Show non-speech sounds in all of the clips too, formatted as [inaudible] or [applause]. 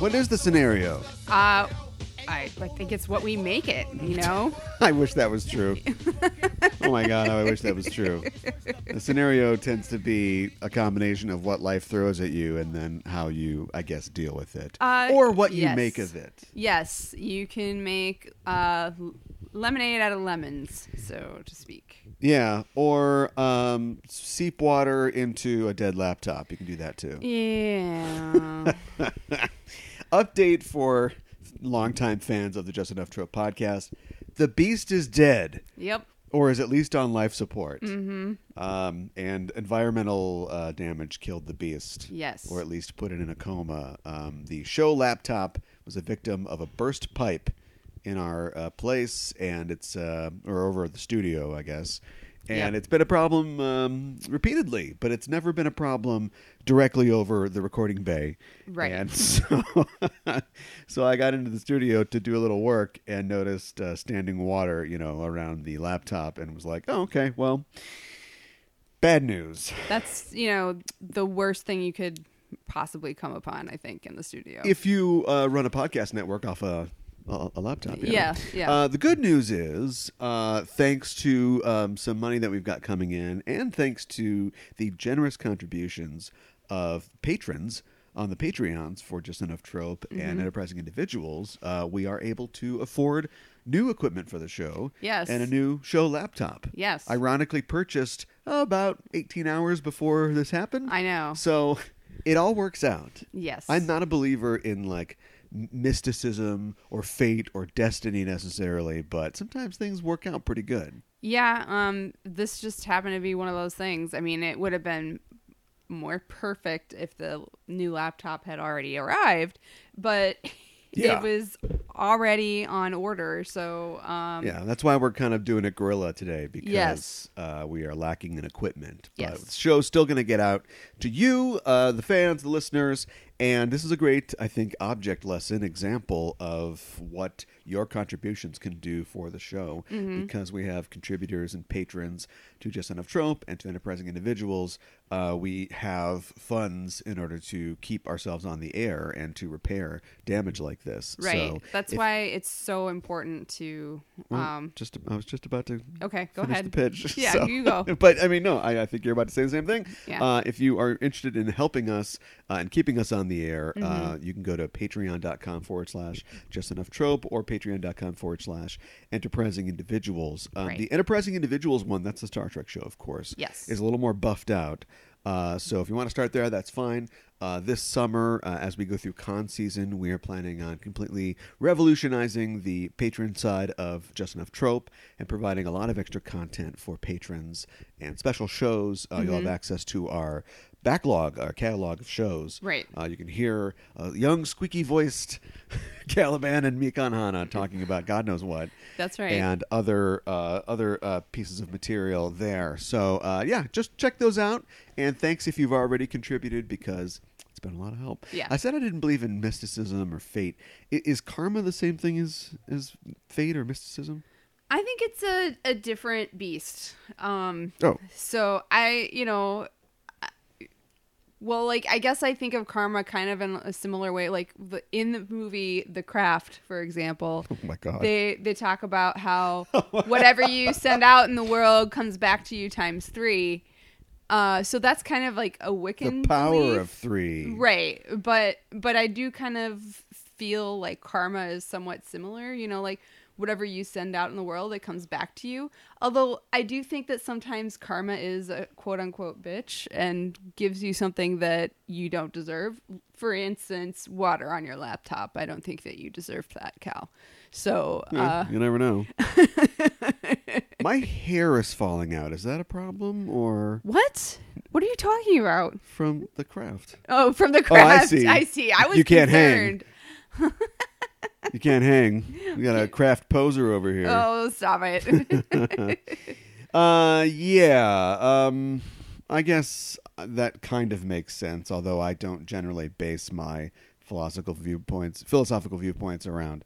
What is the scenario? Uh, I, I think it's what we make it, you know? [laughs] I wish that was [laughs] true. oh my God, I wish that was true. The scenario tends to be a combination of what life throws at you and then how you, I guess, deal with it. Uh, or what you yes. make of it. yes, you can make uh, l- lemonade out of lemons, so to speak. Yeah. Or um, seep water into a dead laptop. You can do that too. Yeah. Update for longtime fans of the Just Enough Trope podcast The Beast is dead. [laughs] yep. or is at least on life support. Mm-hmm. Um, and environmental uh, damage killed the beast. Yes. Or at least put it in a coma. Um, the show laptop was a victim of a burst pipe in our uh, place, and it's, uh, or over at the studio, I guess. And Yep. it's been a problem um, repeatedly, but it's never been a problem directly over the recording bay. Right. And [laughs] so, so I got into the studio to do a little work and noticed uh, standing water, you know, around the laptop, and was like, "Oh, okay, well, bad news." That's, you know, the worst thing you could possibly come upon, I think, in the studio. If you uh, run a podcast network off a a, a laptop, you know. Yeah, yeah. Uh, the good news is, uh, thanks to um, some money that we've got coming in, and thanks to the generous contributions of patrons on the Patreons for just enough trope Mm-hmm. and enterprising individuals, uh, we are able to afford new equipment for the show. Yes. and a new show laptop. Yes. ironically purchased about 18 hours before this happened. I know. So it all works out. Yes. I'm not a believer in like m- mysticism or fate or destiny necessarily, but sometimes things work out pretty good. Yeah, um, this just happened to be one of those things. I mean, it would have been more perfect if the new laptop had already arrived, but [laughs] Yeah. it was already on order. So, um, Yeah, that's why we're kind of doing it gorilla today because Yes. uh, we are lacking in equipment. But Yes. the show's still going to get out to you, uh, the fans, the listeners, and this is a great, I think, object lesson example of what your contributions can do for the show Mm-hmm. because we have contributors and patrons to Just Enough Trope and to enterprising individuals. Uh, we have funds in order to keep ourselves on the air and to repair damage like this. right. So That's if- why it's so important to. well, Um, just I was just about to okay, go finish ahead. the pitch. [laughs] Yeah, So- you go. But I mean, no, I, I think you're about to say the same thing. Yeah. Uh, if you are interested in helping us uh, and keeping us on the air, uh, Mm-hmm. you can go to patreon.com forward slash just enough trope or patreon.com forward slash enterprising individuals. Um, Right. The enterprising individuals one, that's the Star Trek show, of course, Yes. is a little more buffed out. Uh, so if you want to start there, that's fine. Uh, this summer, uh, as we go through con season, we are planning on completely revolutionizing the patron side of Just Enough Trope and providing a lot of extra content for patrons and special shows. Uh, You'll have Mm-hmm. access to our backlog, our catalog of shows. Right. Uh, you can hear a young, squeaky voiced [laughs] Caliban and Mikan Hana talking about God knows what. That's right. And other uh, other uh, pieces of material there. So uh, yeah, just check those out. And thanks if you've already contributed because it's been a lot of help. Yeah. I said I didn't believe in mysticism or fate. I- is karma the same thing as as fate or mysticism? I think it's a, a different beast. Um, Oh, So I, you know, I- well, like I guess I think of karma kind of in a similar way. Like the, in the movie The Craft, for example, oh my God. Oh, they they talk [laughs] about how whatever you send out in the world comes back to you times three. Uh, so that's kind of like a Wiccan the power belief. of three. Right, but but I do kind of feel like karma is somewhat similar, you know, like whatever you send out in the world it comes back to you. Although I do think that sometimes karma is a quote unquote bitch and gives you something that you don't deserve. For instance, water on your laptop. I don't think that you deserved that, Cal. So, uh Yeah, you never [laughs] know. My hair is falling out. Is that a problem or what? What are you talking about? from the craft? Oh, from the Oh, I craft. see. I see. I was You can't hang. concerned. You can't hang. We got a craft poser over here. Oh, stop it. [laughs] Uh, yeah. Um, I guess that kind of makes sense. Although I don't generally base my philosophical viewpoints, philosophical viewpoints around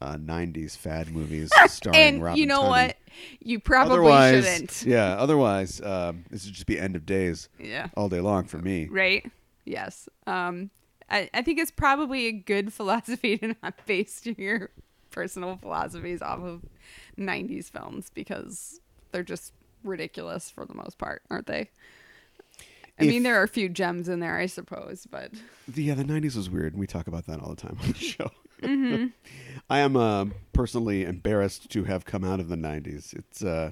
uh, '90s fad movies starring [laughs] and Robin you know Tunney. what? You probably otherwise, shouldn't. yeah. Otherwise, um, this would just be end of days Yeah. all day long for me. Right? Yes. Um, I, I think it's probably a good philosophy to not [laughs] base your personal philosophies off of 90s films because they're just ridiculous for the most part, aren't they? I If- mean, there are a few gems in there, I suppose, but The, yeah, the '90s was weird, and we talk about that all the time on the [laughs] show. Mm-hmm. [laughs] I am uh, personally embarrassed to have come out of the '90s. It's [laughs] uh,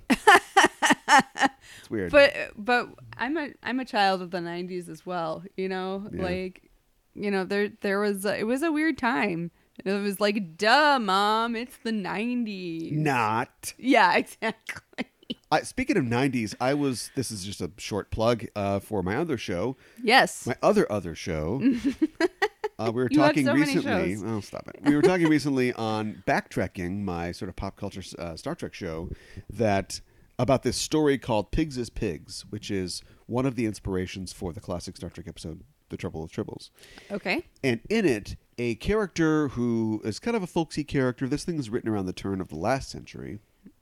it's weird. but but I'm a I'm a child of the 90s as well, you know? Yeah. Like you know, there there was a, it was a weird time. And it was like, "Duh, mom, it's the 90s." Not. Yeah, [laughs] exactly. I, speaking of '90s, I was. This is just a short plug uh, for my other show, Yes. my other other show. [laughs] Uh, we were You have talking so many recently. shows. Oh, stop it! We were talking recently [laughs] on backtracking my sort of pop culture uh, Star Trek show that about this story called "Pigs as Pigs," which is one of the inspirations for the classic Star Trek episode "The Trouble with Tribbles." okay. and in it a character who is kind of a folksy character this thing is written around the turn of the last century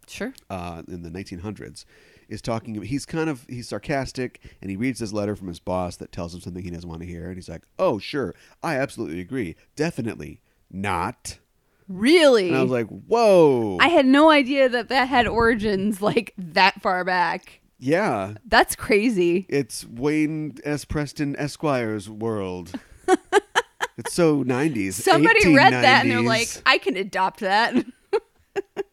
Sure. uh, in the 1900s is talking he's kind of he's sarcastic and he reads this letter from his boss that tells him something he doesn't want to hear and he's like oh sure i absolutely agree definitely not Really? and i was like whoa I had no idea that that had origins like that far back. yeah That's crazy. it's wayne s preston esquire's [laughs] world it's so 90s Somebody read that and they're 1890s. like, I can adopt that. [laughs]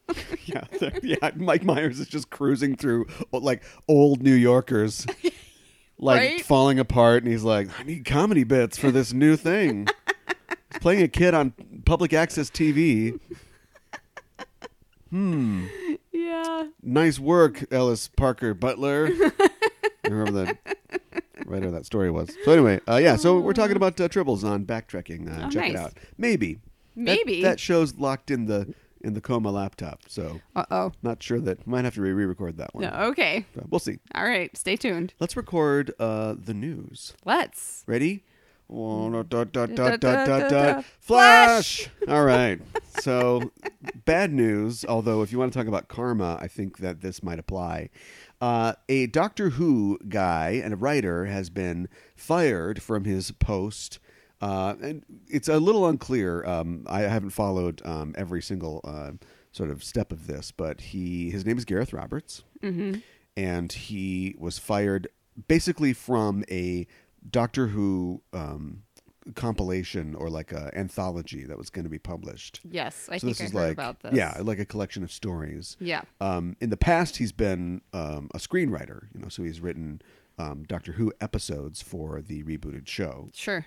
[laughs] yeah, they're- yeah. Mike Myers is just cruising through oh, like old New [laughs] Yorkers, like Right? falling apart, and he's like, "I need comedy bits for this new [laughs] thing." he's playing a kid on public access TV. yeah. Nice work, Ellis Parker [laughs] Butler. Remember that writer that story was. So anyway, uh, yeah. So we're talking about uh, tribbles on backtracking. Uh, Oh, check it nice. out. Maybe. That- Maybe. that show's locked in the in the coma laptop. So Uh oh. not sure that might have to re-record that one. No, okay. But we'll see. All right. Stay tuned. Let's record uh, the news. Let's. Ready? Whoa, da, da, Mm. da, da, da, Da-da-da-da-da. da. Flash! All right. So, bad news, although, if you want to talk about karma, I think that this might apply. Uh, a Doctor Who guy and a writer has been fired from his post. Uh, and it's a little unclear. Um, I haven't followed um, every single uh, sort of step of this, but he his name is Gareth Roberts and he was fired basically from a Doctor Who um, compilation or like a anthology that was going to be published. Yes, I so think this I is heard like about this. yeah, like a collection of stories. Yeah. Um, in the past, he's been um, a screenwriter, you know, so he's written um, Doctor Who episodes for the rebooted show. Sure.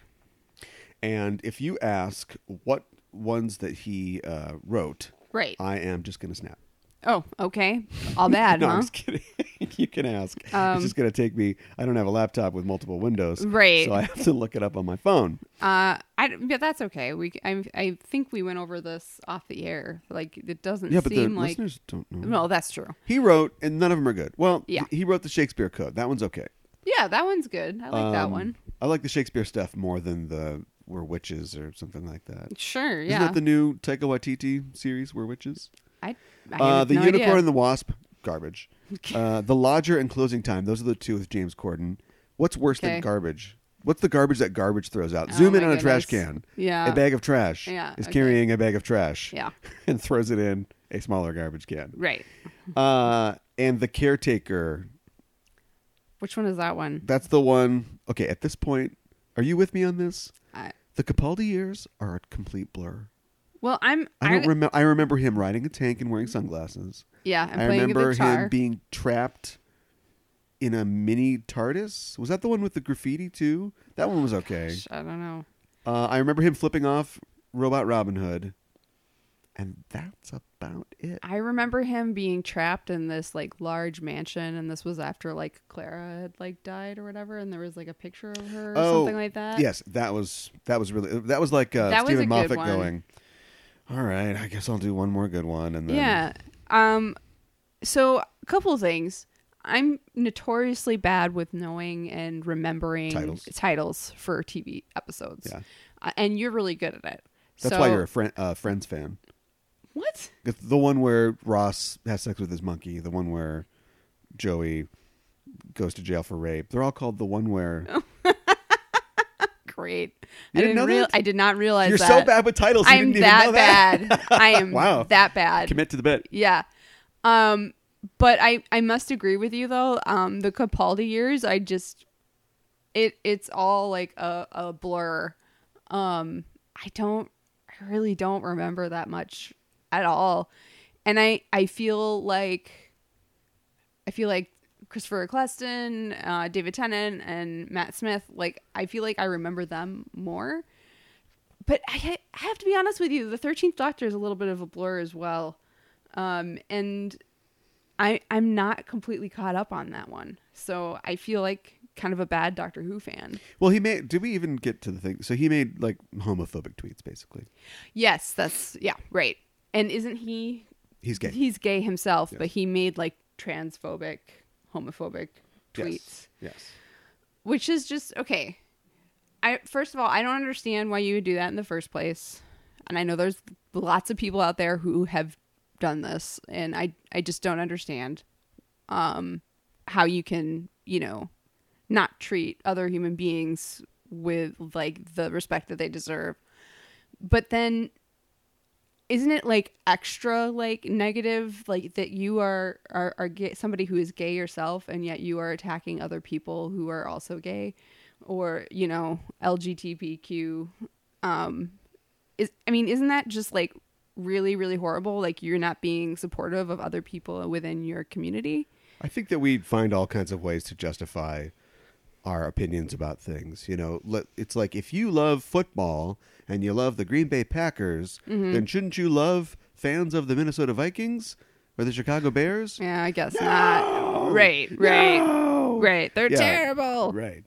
And if you ask what ones that he uh, wrote, Right. I am just going to snap. [laughs] Oh, okay. All bad, No, huh? I'm just kidding. [laughs] you can ask. it's just going to take me. I don't have a laptop with multiple windows, Um, Right. So I have to look it up on my phone. Uh, I d- but that's okay. We I I think we went over this off the air. Like it doesn't Yeah, but the seem like listeners don't know. no, that's true. He wrote, and none of them are good. Well, Yeah. he wrote the Shakespeare Code. That one's okay. Yeah, that one's good. I like that Um, one. I like the Shakespeare stuff more than the We're Witches or something like that. Sure. Isn't Yeah. that the new Taika Waititi series, We're Witches? I, I Uh, have the no Unicorn idea. and the Wasp, garbage. [laughs] Uh, the Lodger and Closing Time, those are the two with James Corden. What's worse Okay. than garbage? What's the garbage that garbage throws out? Oh Zoom in my on a trash goodness. can. Yeah. A bag of trash Yeah, is okay. carrying a bag of trash Yeah. [laughs] and throws it in a smaller garbage can. Right. Uh, and The Caretaker, Which one is that one? that's the one. Okay, at this point, are you with me on this? I, The Capaldi years are a complete blur. well, I'm. I don't remember. I remember him riding a tank and wearing sunglasses. Yeah, I'm I playing remember a guitar. him being trapped in a mini TARDIS. Was that the one with the graffiti too? That one was okay. Sh- I don't know. Uh, I remember him flipping off Robot Robin Hood, and that's about it. I remember him being trapped in this like large mansion, and this was after like Clara had like died or whatever, and there was like a picture of her or Oh, something like that. Yes, that was that was really that was like uh, That was a Stephen good Moffat one. going. All right, I guess I'll do one more good one, and then Yeah. Um. So a couple things. I'm notoriously bad with knowing and remembering Titles. titles for TV episodes. Yeah. Uh, and you're really good at it. that's So- why you're a friend, uh, Friends fan. what? It's the one where Ross has sex with his monkey, the one where [laughs] Joey goes to jail for rape. They're all called the one where create. You I didn't didn't know real- that? I did not realize You're that. so bad with titles. You I'm didn't that even know that. bad. I [laughs] am Wow. that bad. Commit to the bit. Yeah. Um, but I, I must agree with you though. Um, the Capaldi years, I just, it, it's all like a, a blur. Um, I don't, I really don't remember that much at all. And I, I feel like, I feel like Christopher Eccleston, uh, David Tennant and Matt Smith, like, I feel like I remember them more, but I, ha- I have to be honest with you. The 13th Doctor is a little bit of a blur as well um, and I I'm not completely caught up on that one, so I feel like kind of a bad Doctor Who fan. Well, he made. Did we even get to the thing? So he made like homophobic tweets, basically. Yes, that's yeah, right. And isn't he? He's gay. He's gay himself, but he made like transphobic, homophobic Yes. tweets, Yes. which is just okay. I first of all, I don't understand why you would do that in the first place, and I know there's lots of people out there who have done this, and I I just don't understand. um, how you can, you know, not treat other human beings with like the respect that they deserve. But then isn't it like extra like negative like that you are are, are gay, somebody who is gay yourself and yet you are attacking other people who are also gay or you know lgbtq um is i mean isn't that just like really really horrible like you're not being supportive of other people within your community I think that we find all kinds of ways to justify our opinions about things. You know, let- it's like if you love football and you love the Green Bay Packers, Mm-hmm. then shouldn't you love fans of the Minnesota Vikings or the Chicago Bears? Yeah, I guess not. Right, right, No! right. They're Yeah. terrible. Right.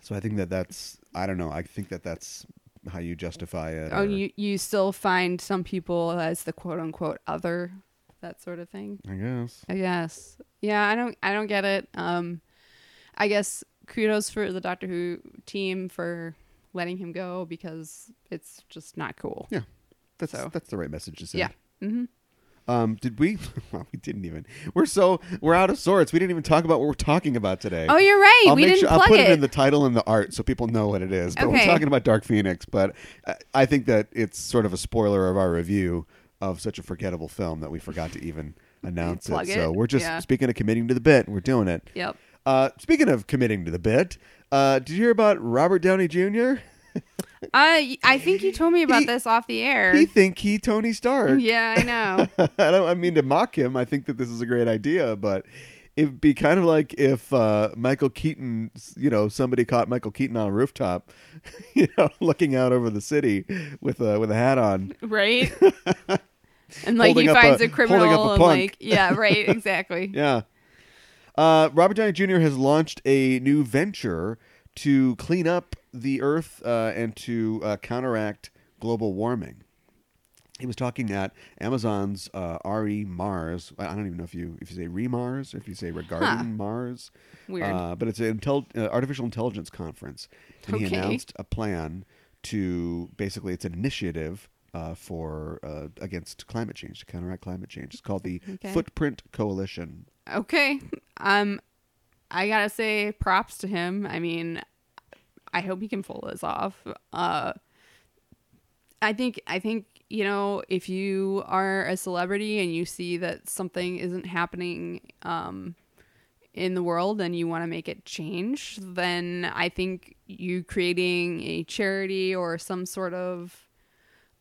So I think that that's I don't know. I think that that's how you justify it. Oh, or- you you still find some people as the quote unquote other, that sort of thing. I guess. I guess. Yeah, I don't I don't get it. Um, I guess kudos for the Doctor Who team for letting him go because it's just not cool. Mm-hmm. Yeah. That's So. that's the right message to send. Yeah. Um, did we? [laughs] Well, we didn't even. We're so we're out of sorts. We didn't even talk about what we're talking about today. Oh, you're right. I'll we make didn't sure plug I'll put it. it. in the title and the art so people know what it is. But Okay. we're talking about Dark Phoenix. But I, I think that it's sort of a spoiler of our review of such a forgettable film that we forgot to [laughs] even announce Plug So it, we're just yeah. speaking of committing to the bit. We're doing it. Yep. Uh, speaking of committing to the bit, uh, did you hear about Robert Downey Jr.? I I think you told me about He- this off the air. He [laughs] think he Tony Stark. yeah, I know. [laughs] I don't. I mean to mock him. I think that this is a great idea, but it'd be kind of like if uh, Michael Keaton, you know, somebody caught Michael Keaton on a rooftop, [laughs] you know, looking out over the city with a with a hat on. right? [laughs] and like Holding he up a- finds a, holding criminal up a punk. and like yeah, right, exactly. Yeah. Uh, Robert Downey Jr. has launched a new venture to clean up the Earth uh, and to uh, counteract global warming. He was talking at Amazon's uh, RE Mars. I I don't even know if you if you say Remars or if you say regarding Huh. Mars. Weird. Uh, but it's an intel- uh, artificial intelligence conference, and he Okay. announced a plan to basically it's an initiative uh, for uh, against climate change to counteract climate change. It's called the Okay. Footprint Coalition. Okay. Um I gotta say props to him. I mean I hope he can pull this off. Uh I think I think, you know, if you are a celebrity and you see that something isn't happening um in the world and you want to make it change, then I think you creating a charity or some sort of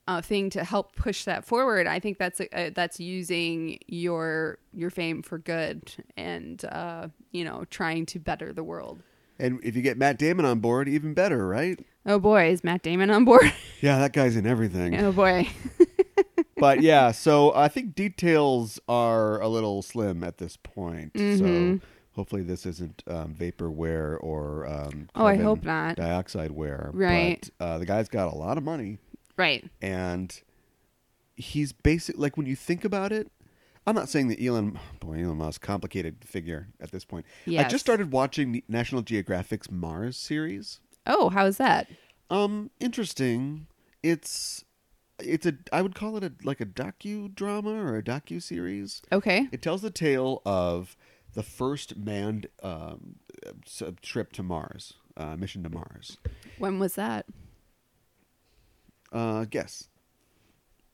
uh, thing to help push that forward. I think that's uh, that's using your your fame for good and uh, you know trying to better the world. And if you get Matt Damon on board, even better, right? Oh boy, is Matt Damon on board? [laughs] Yeah, that guy's in everything. oh boy, But yeah, so I think details are a little slim at this point. Mm-hmm. So hopefully this isn't um, vaporware or um, Oh, I carbon hope not. dioxide wear. Right. But, uh, the guy's got a lot of money. right? and he's basic like when you think about it i'm not saying that elon boy elon musk complicated figure at this point i Yes. just started watching the national geographic's mars series Oh, how's that? um interesting it's it's a i would call it a like a docudrama or a docu-series Okay, it tells the tale of the first manned um, s- trip to Mars, uh, mission to Mars. When was that? Uh, guess.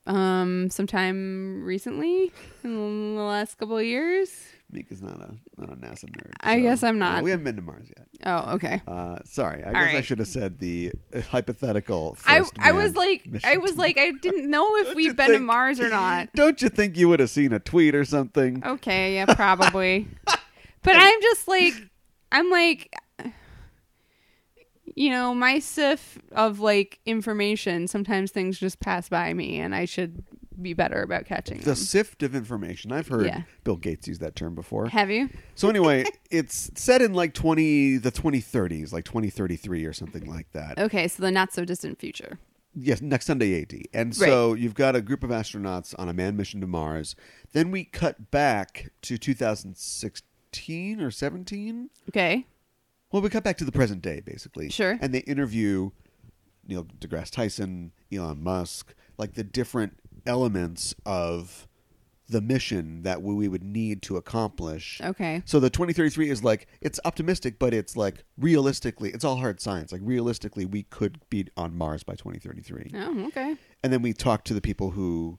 Um, sometime recently in the last couple of years. Meek is not a not a NASA nerd. I guess I'm not. uh, we haven't been to Mars yet. Oh, okay. Uh, sorry. I guess I right. should have said the uh, hypothetical. I first I manned was like I mission was to like I didn't know [laughs] if Don't we've you been to think- Mars or not. [laughs] Oh, Don't you think you would have seen a tweet or something? Okay, yeah, probably. but I'm just like, I'm like, you know, my sift of like information. Sometimes things just pass by me, and I should be better about catching The them. sift of information. I've heard Yeah. Bill Gates use that term before. Have you? So [laughs] anyway, it's set in like twenty the twenty thirties, like twenty thirty three or something like that. Okay, so the not so distant future. Yes, next Sunday AD. And so you've got a group of astronauts on a manned mission to Mars. Then we cut back to 2016 or 17. Okay, Well, we cut back to the present day, basically. Sure. And they interview Neil deGrasse Tyson, Elon Musk, like the different elements of the mission that we we would need to accomplish. okay, So the 2033 is like it's optimistic, but it's like realistically, it's all hard science. Like realistically, we could be on Mars by 2033 oh, okay, and then we talk to the people who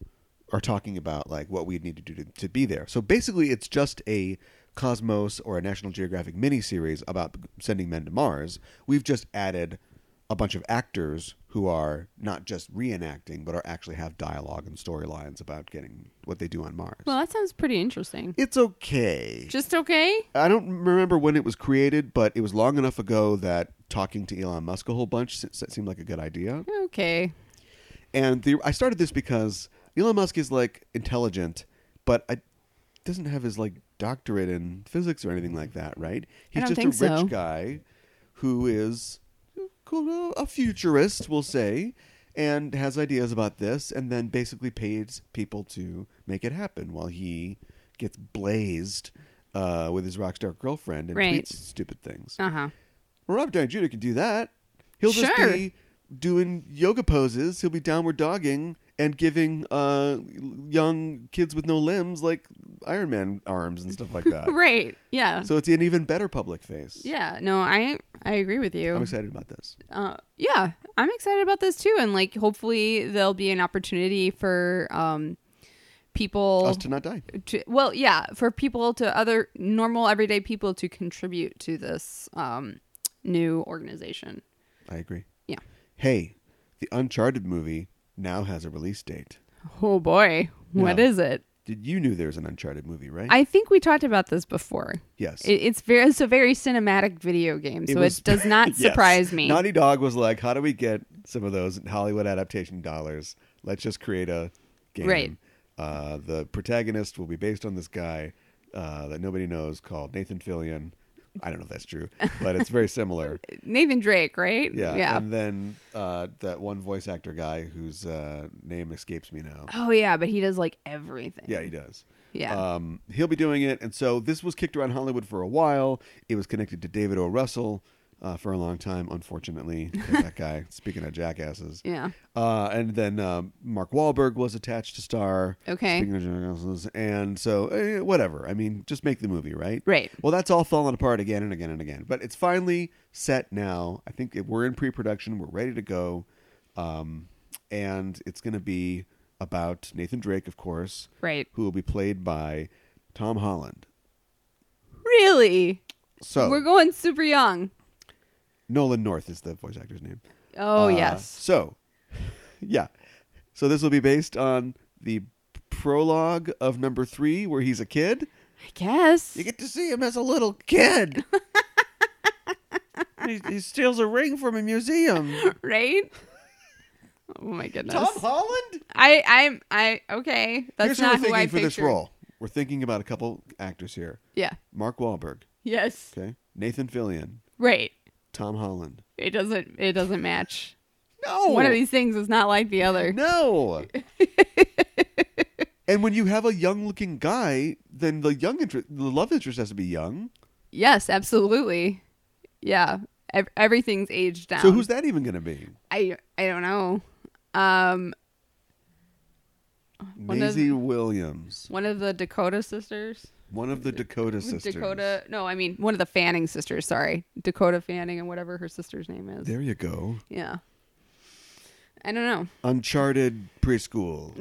are talking about like what we need to do to, to be there. So basically, it's just a Cosmos or a National Geographic miniseries about sending men to Mars. We've just added a bunch of actors who are not just reenacting, but are actually have dialogue and storylines about getting what they do on Mars. Well, that sounds pretty interesting. it's okay. Just okay. I don't remember when it was created, but it was long enough ago that talking to Elon Musk a whole bunch se- seemed like a good idea. Okay. And the, I started this because Elon Musk is like intelligent, but I, doesn't have his like doctorate in physics or anything like that, right? He's don't just think a rich so. guy who is cool, a futurist, we'll say, and has ideas about this, and then basically pays people to make it happen while he gets blazed uh, with his rock star girlfriend and Right. tweets stupid things. Uh huh. Rob Downey Jr. can do that. He'll just Sure. be doing yoga poses. He'll be downward dogging and giving uh, young kids with no limbs like Iron Man arms and stuff like that. [laughs] Right. Yeah. So it's an even better public face. yeah. No, I I agree with you. I'm excited about this. uh, yeah, I'm excited about this too, and like hopefully there'll be an opportunity for um people Us to not die. to well, yeah, for people to other normal everyday people to contribute to this um new organization. I agree. Yeah. Hey, the Uncharted movie now has a release date. Oh boy, what Yeah. is it? Did you knew there was an Uncharted movie, right? I think we talked about this before. yes. It, it's very it's a very cinematic video game, so it, was- [laughs] does not Yes. surprise me. Naughty Dog was like, how do we get some of those Hollywood adaptation dollars? Let's just create a game. Right. Uh, the protagonist will be based on this guy uh, that nobody knows called Nathan Fillion. I don't know if that's true, but it's very similar. [laughs] Nathan Drake, right? Yeah. Yeah. And then uh, that one voice actor guy whose uh, name escapes me now. oh yeah, but he does like everything. Yeah, he does. Yeah. Um, he'll be doing it. And so this was kicked around Hollywood for a while. It was connected to David O. Russell uh, for a long time, unfortunately. [laughs] 'cause that guy, speaking of jackasses. Yeah. Uh, and then um, Mark Wahlberg was attached to star. Okay. Speaking of jackasses. And so, eh, whatever. I mean, just make the movie, right? Right. Well, that's all fallen apart again and again and again. But it's finally set now. I think it, we're in pre production, we're ready to go. Um, and it's going to be about Nathan Drake, of course Right. who will be played by Tom Holland. Really? So We're going super young. Nolan North is the voice actor's name. Oh Uh, yes. So [laughs] yeah, so this will be based on the prologue of number three, where he's a kid. I guess. You get to see him as a little [laughs] kid. he, he steals a ring from a [laughs] museum. right? Oh my goodness. Tom Holland. I I'm I okay. Here's That's not who we're who thinking I for this pictured. role. We're thinking about a couple actors here: Yeah. Mark Wahlberg, Yes. okay, Nathan Fillion, Right. Tom Holland. It doesn't it doesn't match. No, One of these things is not like the [laughs] other. No. and when you have a young-looking guy, then the young interest, the love interest has to be young. Yes, absolutely. Yeah. Ev- everything's aged down. So who's that even going to be? I I don't know. Um One of- Maisie Williams, One of the Dakota sisters. one of the Dakota sisters. Dakota. No, I mean one of the Fanning sisters. Sorry, Dakota Fanning and whatever her sister's name is. There you go. yeah. I don't know. Uncharted [laughs] preschool.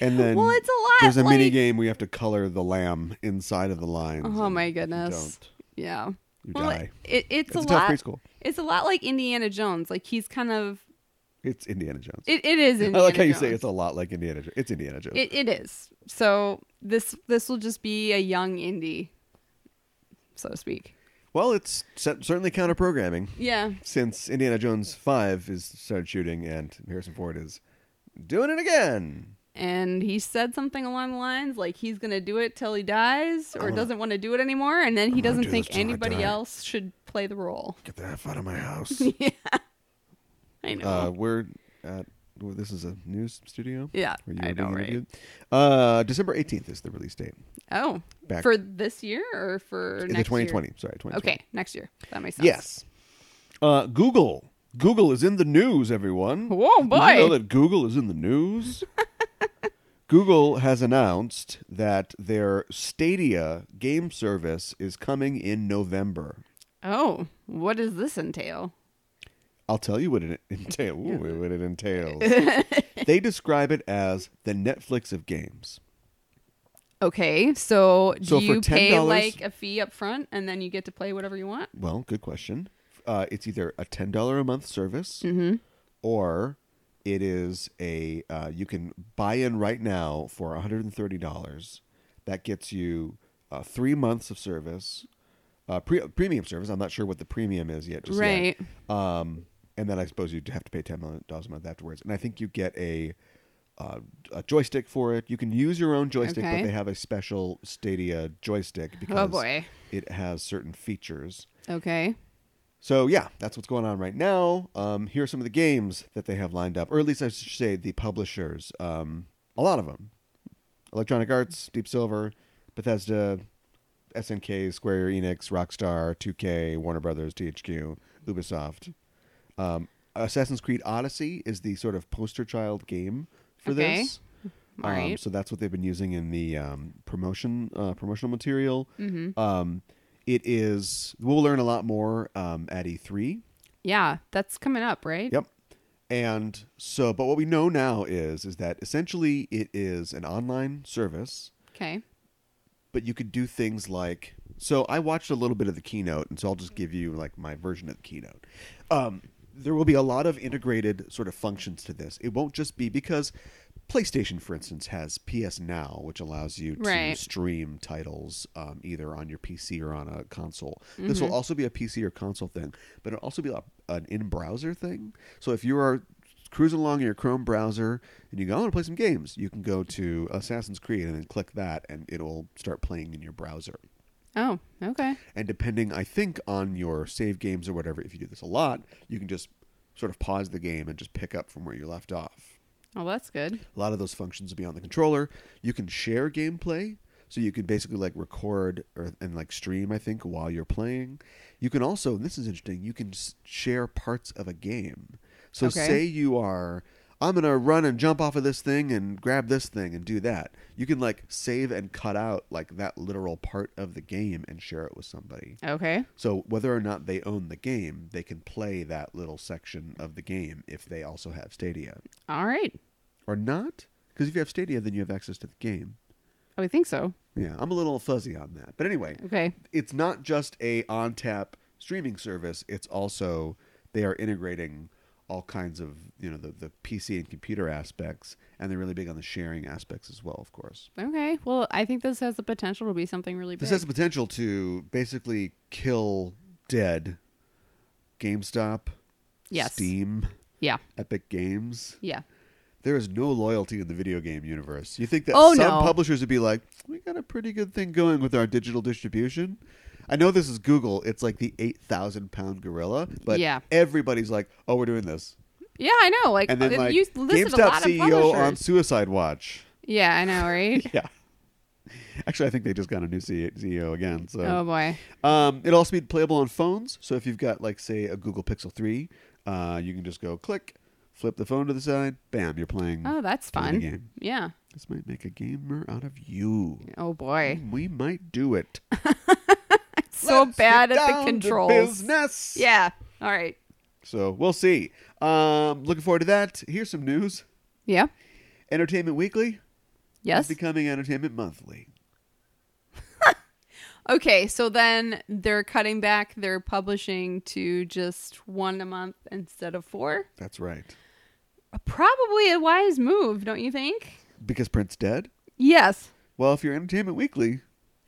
and then Well, it's a lot, There's a like- mini game we have to color the lamb inside of the lines. Oh and my if you goodness. don't, Yeah. You Well, die. It, it's, It's a, a tough lot. preschool. It's a lot like Indiana Jones. Like he's kind of. It's Indiana Jones. It, it is. [laughs] Indiana I like how you Jones. say it's a lot like Indiana Jones. It's Indiana Jones. It, it is. So this this will just be a young indie, so to speak. well, it's cer- certainly counter programming Yeah. since Indiana Jones 5 is started shooting and Harrison Ford is doing it again. And he said something along the lines like he's gonna do it till he dies, or I'm gonna- doesn't want to do it anymore, and then he I'm gonna doesn't do think this till I anybody die. else should play the role. [laughs] Get the F out of my house. I know. uh, we're at, well, this is a news studio. yeah, where you I were being know, right? interviewed. Uh, December 18th is the release date. Oh, Back- for this year or for the next 2020. Year? Sorry, 2020. Okay, next year. That makes sense. Yes. Uh, Google. Google is in the news, everyone. Whoa, boy. Did you know that Google is in the news? Google has announced that their Stadia game service is coming in November. Oh, what does this entail? I'll tell you what it [laughs] entails. What it entails. they describe it as the Netflix of games. Okay, so do So for you pay $10 like a fee up front and then you get to play whatever you want? Well, good question. Uh, it's either a ten dollar a month service, Mm-hmm. or it is a uh, you can buy in right now for one hundred and thirty dollars. That gets you uh, three months of service, uh, pre- premium service. I'm not sure what the premium is yet. Just yet. Right. Um, and then I suppose you'd have to pay ten dollars a month afterwards. And I think you get a uh, a joystick for it. You can use your own joystick, Okay. Oh, but they have a special Stadia joystick because boy. it has certain features. Okay. So yeah, that's what's going on right now. Um, here are some of the games that they have lined up, or at least I should say the publishers. Um, a lot of them: Electronic Arts, Deep Silver, Bethesda, SNK, Square Enix, Rockstar, 2K, Warner Brothers, THQ, Ubisoft. Um, Assassin's Creed Odyssey is the sort of poster child game for Okay. this. All Um, right. So that's what they've been using in the um, promotion uh, promotional material. Um, it is. We'll learn a lot more um, at E3. Yeah, that's coming up, right? Yep. And so, but what we know now is is that essentially it is an online service, Okay. but you could do things like. So I watched a little bit of the keynote, and so I'll just give you like my version of the keynote. Um, there will be a lot of integrated sort of functions to this. It won't just be because PlayStation, for instance, has PS Now, which allows you to Right. stream titles um, either on your PC or on a console. This will also be a PC or console thing, but it'll also be a, an in-browser thing. So if you are cruising along in your Chrome browser and you go, I want to play some games, you can go to Assassin's Creed and then click that, and it'll start playing in your browser. Oh, okay. And depending, I think, on your save games or whatever, if you do this a lot, you can just sort of pause the game and just pick up from where you left off. Well, that's good. A lot of those functions will be on the controller. You can share gameplay, so you can basically like record or and like stream. I think while you're playing, you can also. And this is interesting. You can s- share parts of a game. So Okay. say you are. I'm gonna run and jump off of this thing and grab this thing and do that. You can like save and cut out like that literal part of the game and share it with somebody. Okay. So whether or not they own the game, they can play that little section of the game if they also have Stadia All right. or not? Because if you have Stadia, then you have access to the game. I would think so. Yeah, I'm a little fuzzy on that. But anyway, Okay. it's not just a on-tap streaming service. It's also they are integrating all kinds of you know the, the PC and computer aspects, and they're really big on the sharing aspects as well, of course. Okay. Well, I think this has the potential to be something really big. This has the potential to basically kill dead GameStop, Yes. Steam, yeah. Epic Games. Yeah. There is no loyalty in the video game universe. You think that Oh, some no. publishers would be like, "We got a pretty good thing going with our digital distribution." I know this is Google; it's like the eight thousand pound gorilla, but Yeah. everybody's like, "Oh, we're doing this," Yeah, I know. Like, and then like you listed a GameStop E lot of CEO publishers. on suicide watch. [laughs] Yeah, I know, right? Yeah, actually, I think they just got a new C- CEO again. So Oh boy. um, it'll also be playable on phones. So if you've got, like, say, a Google Pixel 3, uh, you can just go click, Flip the phone to the side. Bam, you're playing. Oh, that's play the fun. game. Yeah. This might make a gamer out of you. Oh boy. We might do it. [laughs] So Let's get bad at down to the controls. business. Yeah. All right. So we'll see. Um, looking forward to that. Here's some news. Yeah. Entertainment Weekly is Yes. becoming Entertainment Monthly. Okay, so then they're cutting back their publishing to just one a month instead of four. That's right. Probably a wise move, don't you think? Because Prince dead. Yes. Well, if you're Entertainment Weekly,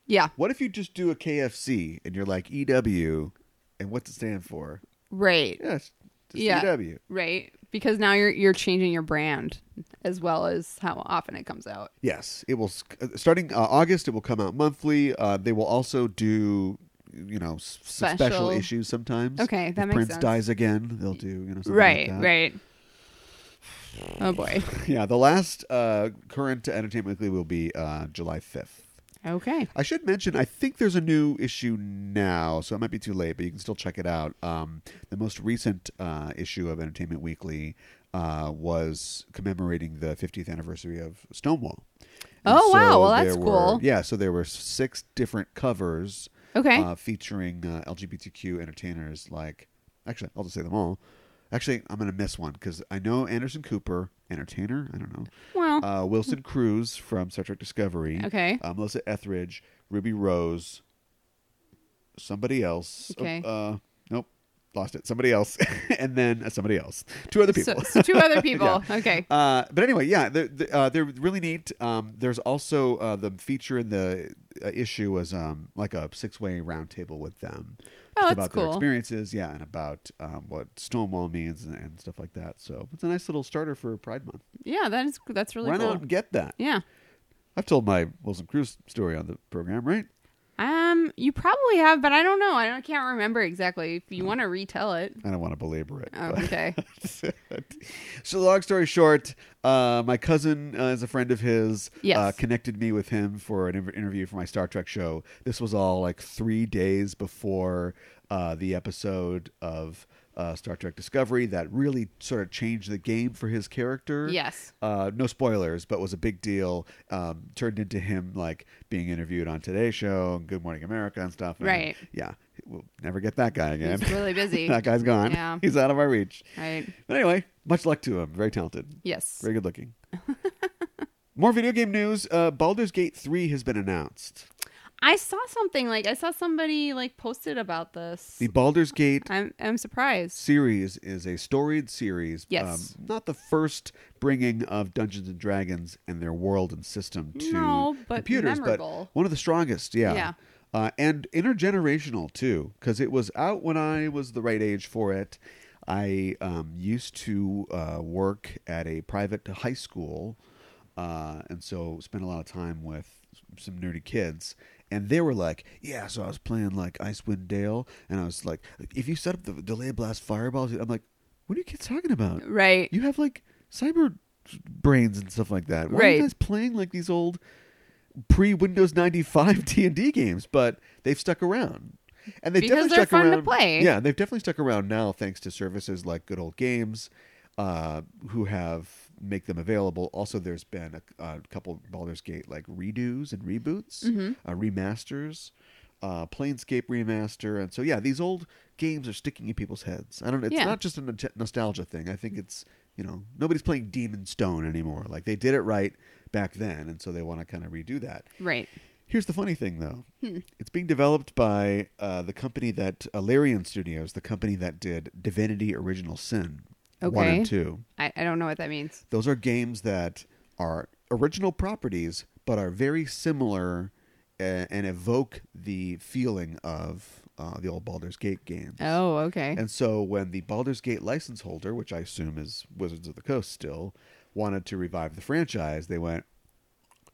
Yeah. what if you just do a KFC and you're like EW, and what's it stand for? Right. Yeah, it's just E Yeah. EW. Right. Because now you're you're changing your brand as well as how often it comes out. Yes, it will. sc- uh, Starting uh, August, it will come out monthly. Uh, they will also do, you know, s- s- special, Special. issues sometimes. Okay, If that makes Prince sense. dies again, they'll do, you know, something right. like that. right. Oh boy. [laughs] Yeah, the last uh, current Entertainment Weekly will be uh, July 5th. Okay. I should mention, I think there's a new issue now, so it might be too late, but you can still check it out. Um, the most recent uh, issue of Entertainment Weekly uh, was commemorating the 50th anniversary of Stonewall. Oh, wow. Well, there that's were- cool. Yeah, so there were six different covers Okay. uh, featuring uh, LGBTQ entertainers like, actually, I'll just say them all. Actually, I'm going to miss one because I know Anderson Cooper, entertainer, I don't know. well, Uh, Wilson Cruz from Star Trek Discovery. Okay. Uh, Melissa Etheridge, Ruby Rose, somebody else. Oh, Okay. uh, nope, lost it. Somebody else, [laughs] and then uh, somebody else. Two other so, [laughs] people. so [laughs] two other people. Okay. Uh, but anyway, yeah, they're, they're, uh, they're really neat. Um, there's also uh, the feature in the uh, issue was um, like a six-way roundtable with them. Oh, Just that's about their cool. experiences, yeah, and about um, what Stonewall means and, and stuff like that. So it's a nice little starter for Pride Month. Yeah, that is that's really Run cool. out and get that. Yeah. I've told my Wilson Cruz story on the program, right? Um, you probably have, but I don't know. I don't, can't remember exactly. If you want to retell it, I don't want to belabor it. [laughs] oh, but- okay. [laughs] so, long story short, uh, my cousin uh, is a friend of his. Yes. Uh, connected me with him for an inter- interview for my Star Trek show. This was all like three days before uh, the episode of uh, Star Trek Discovery that really sort of changed the game for his character. Yes. uh, no spoilers, but was a big deal. Um, turned into him like being interviewed on Today Show and Good Morning America and stuff. And, Right. Yeah, we'll never get that guy again. [laughs] He's really busy. that guy's gone. Yeah. He's out of our reach. Right. But anyway, much luck to him. Very talented. Yes. Very good [laughs] looking. More video game news. Uh, Baldur's Gate 3 has been announced. I saw something like I saw somebody like posted about this. The Baldur's Gate I'm I'm surprised. series is a storied series. Yes. Um, not the first bringing of Dungeons and Dragons and their world and system to No, but computers, memorable. but one of the strongest. Yeah. Yeah. Uh, and intergenerational too, because it was out when I was the right age for it. I um, used to uh, work at a private high school, uh, and so spent a lot of time with some nerdy kids. And they were like, "Yeah." So I was playing like Icewind Dale, and I was like, "If you set up the delay blast fireballs," I'm like, "What are you kids talking about? Right. You have like cyber brains and stuff like that. Why are Right. you guys playing like these old pre Windows ninety five [laughs] D and D games? But they've stuck around, and they've Because definitely they're stuck fun to around. play. Yeah, they've definitely stuck around now thanks to services like Good Old Games, uh, who have make them available. Also, there's been a, a couple Baldur's Gate like redos and reboots, Mm-hmm. uh, remasters. Uh, Planescape remaster, and so yeah, these old games are sticking in people's heads. I don't. It's Yeah. not just a no- nostalgia thing. I think it's you know nobody's playing Demon Stone anymore. Like they did it right back then, and so they want to kind of redo that. Right. Here's the funny thing, though. It's being developed by uh, the company that Alarian Studios, the company that did Divinity: Original Sin one Okay. and two. I, I don't know what that means. Those are games that are original properties, but are very similar uh, and evoke the feeling of uh, the old Baldur's Gate games. Oh, okay. And so when the Baldur's Gate license holder, which I assume is Wizards of the Coast still, wanted to revive the franchise, they went,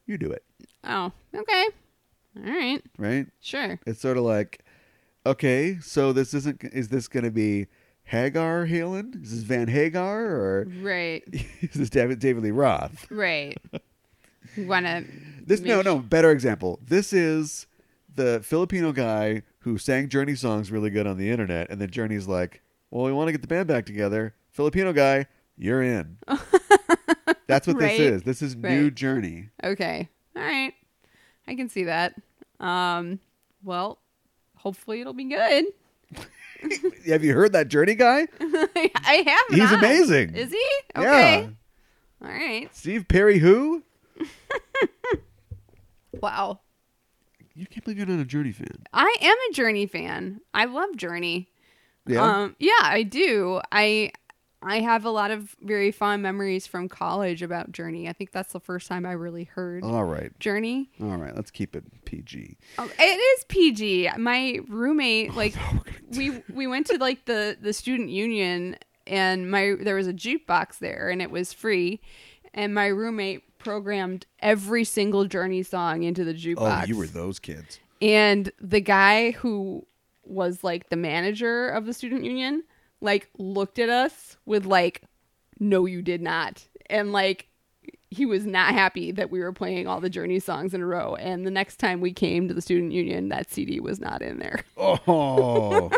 "You do it." Oh, okay. All right. Right? Sure. It's sort of like, okay, so this isn't is this going to be Hagar Halen? Is this Van Hagar or [laughs] Right. is this David David Lee Roth? Right. [laughs] You want to This no, no, better example. This is the Filipino guy who sang Journey songs really good on the internet and then Journey's like, "Well, we want to get the band back together." Filipino guy, you're [laughs] in. That's what Right. this is. This is new Right. journey. Okay. All right. I can see that. Um, well, hopefully it'll be good. [laughs] Have you heard that journey guy? I have. He's not. amazing. Is he? Yeah. Okay. All right. Steve Perry, who? Wow. You can't believe you're not a Journey fan. I am a Journey fan. I love Journey. Yeah. Um, yeah, I do. I I have a lot of very fond memories from college about Journey. I think that's the first time I really heard All right. Journey. All right. Let's keep it PG. Oh, it is PG. My roommate, like, we're gonna we we went to like the the student union, and my there was a jukebox there, and it was free, and my roommate programmed every single Journey song into the Oh, jukebox. you were those kids. and the guy who was like the manager of the student union like looked at us with like no you did not and like he was not happy that we were playing all the journey songs in a row and the next time we came to the student union that cd was not in there [laughs] Oh,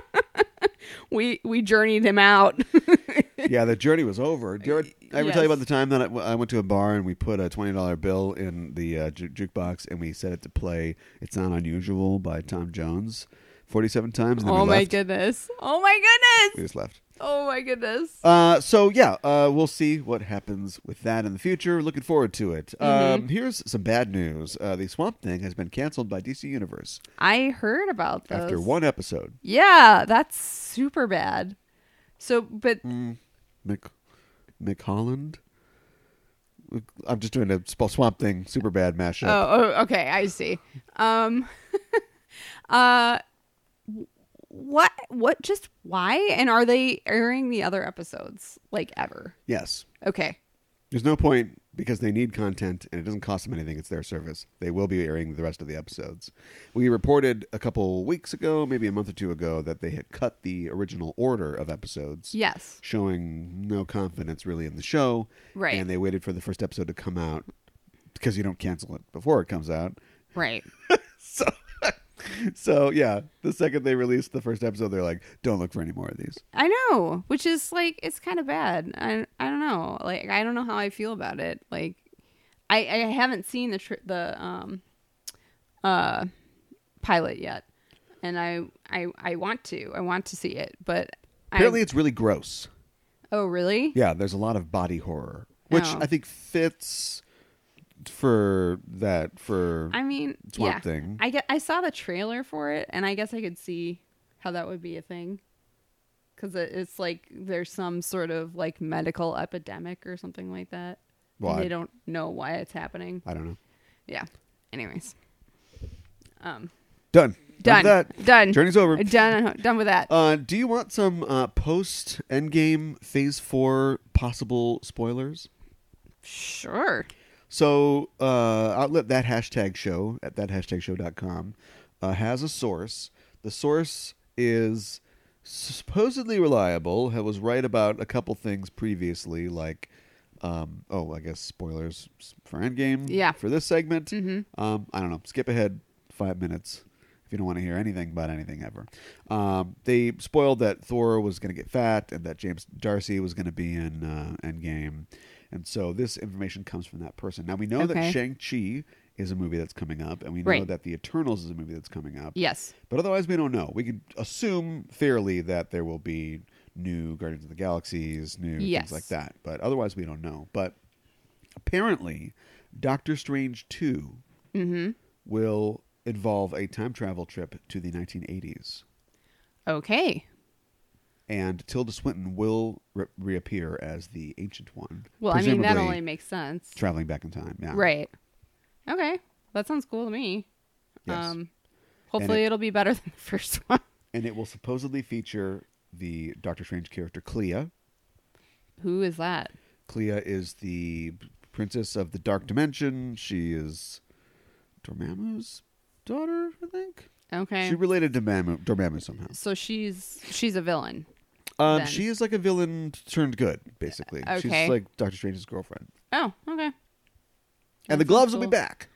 we we journeyed him out [laughs] yeah. The journey was over. Did I ever- I ever tell you Uh, Yes. about the time that I, I went to a bar and we put a twenty dollar bill in the uh, ju- jukebox and we set it to play "It's Not Unusual" by Tom Jones forty seven times. And then oh we my left. goodness oh my We goodness just left. oh my goodness Uh, so yeah, uh, we'll see what happens with that in the future. Looking forward to it. Mm-hmm. Um, here's some bad news: uh, the Swamp Thing has been canceled by DC Universe i heard about this after one episode. yeah that's super bad so but Mick McHolland. I'm just doing a sp- Swamp Thing super bad mashup. Oh, oh, okay, I see. Um, [laughs] uh, wh- what, what, just why? And are they airing the other episodes like ever? Yes, Okay, there's no point because they need content and it doesn't cost them anything. It's their service. They will be airing the rest of the episodes. We reported a couple weeks ago, maybe a month or two ago, that they had cut the original order of episodes. yes, showing no confidence really in the show. Right. And they waited for the first episode to come out because you don't cancel it before it comes out. [laughs] right. So, so yeah, the second they released the first episode, they're like, "Don't look for any more of these." I know, which is like it's kind of bad. I I don't know. Like I don't know how I feel about it. Like I I haven't seen the tr- the um uh pilot yet, and I I I want to. I want to see it, but Apparently, I, it's really gross. oh really? Yeah, there's a lot of body horror, which Oh. I think fits for that for I mean, Swamp yeah. Thing. I get. I saw the trailer for it, and I guess I could see how that would be a thing, because it's like there's some sort of like medical epidemic or something like that. and Why? They don't know why it's happening. I don't know. Yeah. Anyways, um, Done. done. That Done. journey's over. Done. Done with that. Uh, do you want some uh, post Endgame Phase Four possible spoilers? sure. So uh, outlet that hashtag show at that hashtag show.com uh, has a source. The source is supposedly reliable. I was right about a couple things previously, like um, oh, I guess spoilers for Endgame. Yeah. For this segment, Mm-hmm. um, I don't know. Skip ahead five minutes if you don't want to hear anything about anything ever. Um, they spoiled that Thor was going to get fat and that James Darcy was going to be in uh, Endgame. And so this information comes from that person. Now we know that Okay. Shang-Chi is a movie that's coming up and we know Right. that The Eternals is a movie that's coming up. Yes. But otherwise we don't know. We could assume fairly that there will be new Guardians of the Galaxies, new Yes. things like that. But otherwise we don't know. But apparently Doctor Strange 2 Mm-hmm. will involve a time travel trip to the 1980s. Okay. And Tilda Swinton will re- reappear as the Ancient One. Well, I mean that presumably only makes sense. traveling back in time. Yeah. Right. Okay. That sounds cool to me. Yes. Um hopefully it- it'll be better [laughs] than the first one. And it will supposedly feature the Doctor Strange character Clea. Who is that? Clea is the princess of the Dark Dimension. She is Dormammu's daughter, I think. Okay. She related to Mamu, Dormammu somehow. so she's she's a villain. Um, Then- she is like a villain turned good, basically. Okay. She's like Doctor Strange's girlfriend. Oh, okay. and the That's gloves will cool. be back.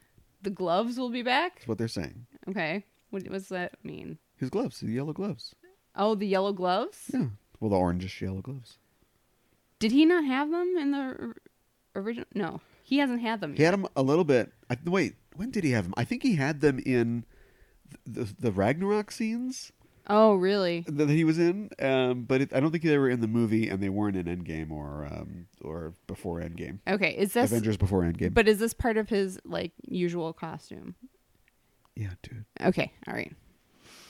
The gloves will be back? That's what they're saying. Okay. What does that mean? His gloves, the yellow gloves. Oh, the yellow gloves? Yeah. Well, the orangish yellow gloves. Did he not have them in the or- original? No, he hasn't had them. He had them a little bit. I, wait, when did he have them? I think he had them in the the Ragnarok scenes Oh, really? that he was in, um, but it, I don't think they were in the movie, and they weren't in Endgame or um, or before Endgame. Okay, is this? Avengers before Endgame. But is this part of his like usual costume? yeah, dude, Okay, all right.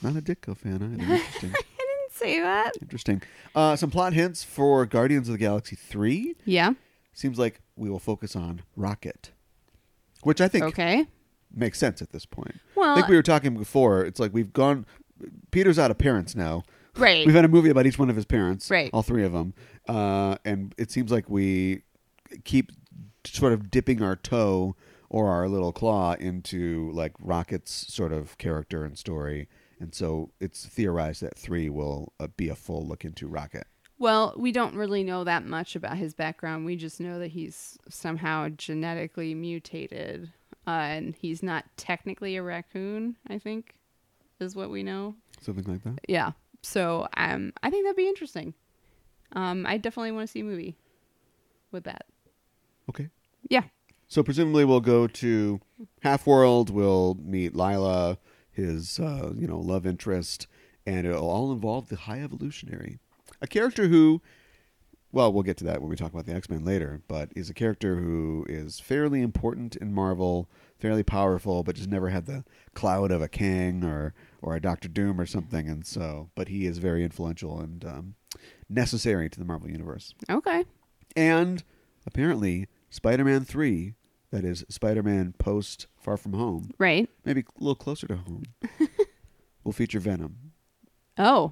not a Ditko fan either. Interesting. [laughs] I didn't say that. Interesting. Uh, some plot hints for Guardians of the Galaxy three. Yeah. Seems like we will focus on Rocket, which I think Okay. makes sense at this point. I Well- think we were talking before. It's like we've gone. Peter's out of parents now. Right. We've had a movie about each one of his parents, Right. All three of them, uh, and it seems like we keep sort of dipping our toe or our little claw into like Rocket's sort of character and story, and so it's theorized that three will uh, be a full look into Rocket. Well, we don't really know that much about his background. We just know that he's somehow genetically mutated, uh, and he's not technically a raccoon. I think is what we know. Something like that. Yeah. So um, I think that'd be interesting. Um, I definitely want to see a movie with that. Okay. Yeah. So presumably we'll go to Half World. We'll meet Lila, his uh, you know love interest, and it'll all involve the High Evolutionary, a character who, well, we'll get to that when we talk about the X Men later. But is a character who is fairly important in Marvel, fairly powerful, but just never had the cloud of a Kang or or a Doctor Doom or something. And so, but he is very influential and um, necessary to the Marvel universe Okay. and apparently Spider-Man 3, that is Spider-Man post Far From Home, Right. maybe a little closer to [laughs] home, will feature Venom. Oh.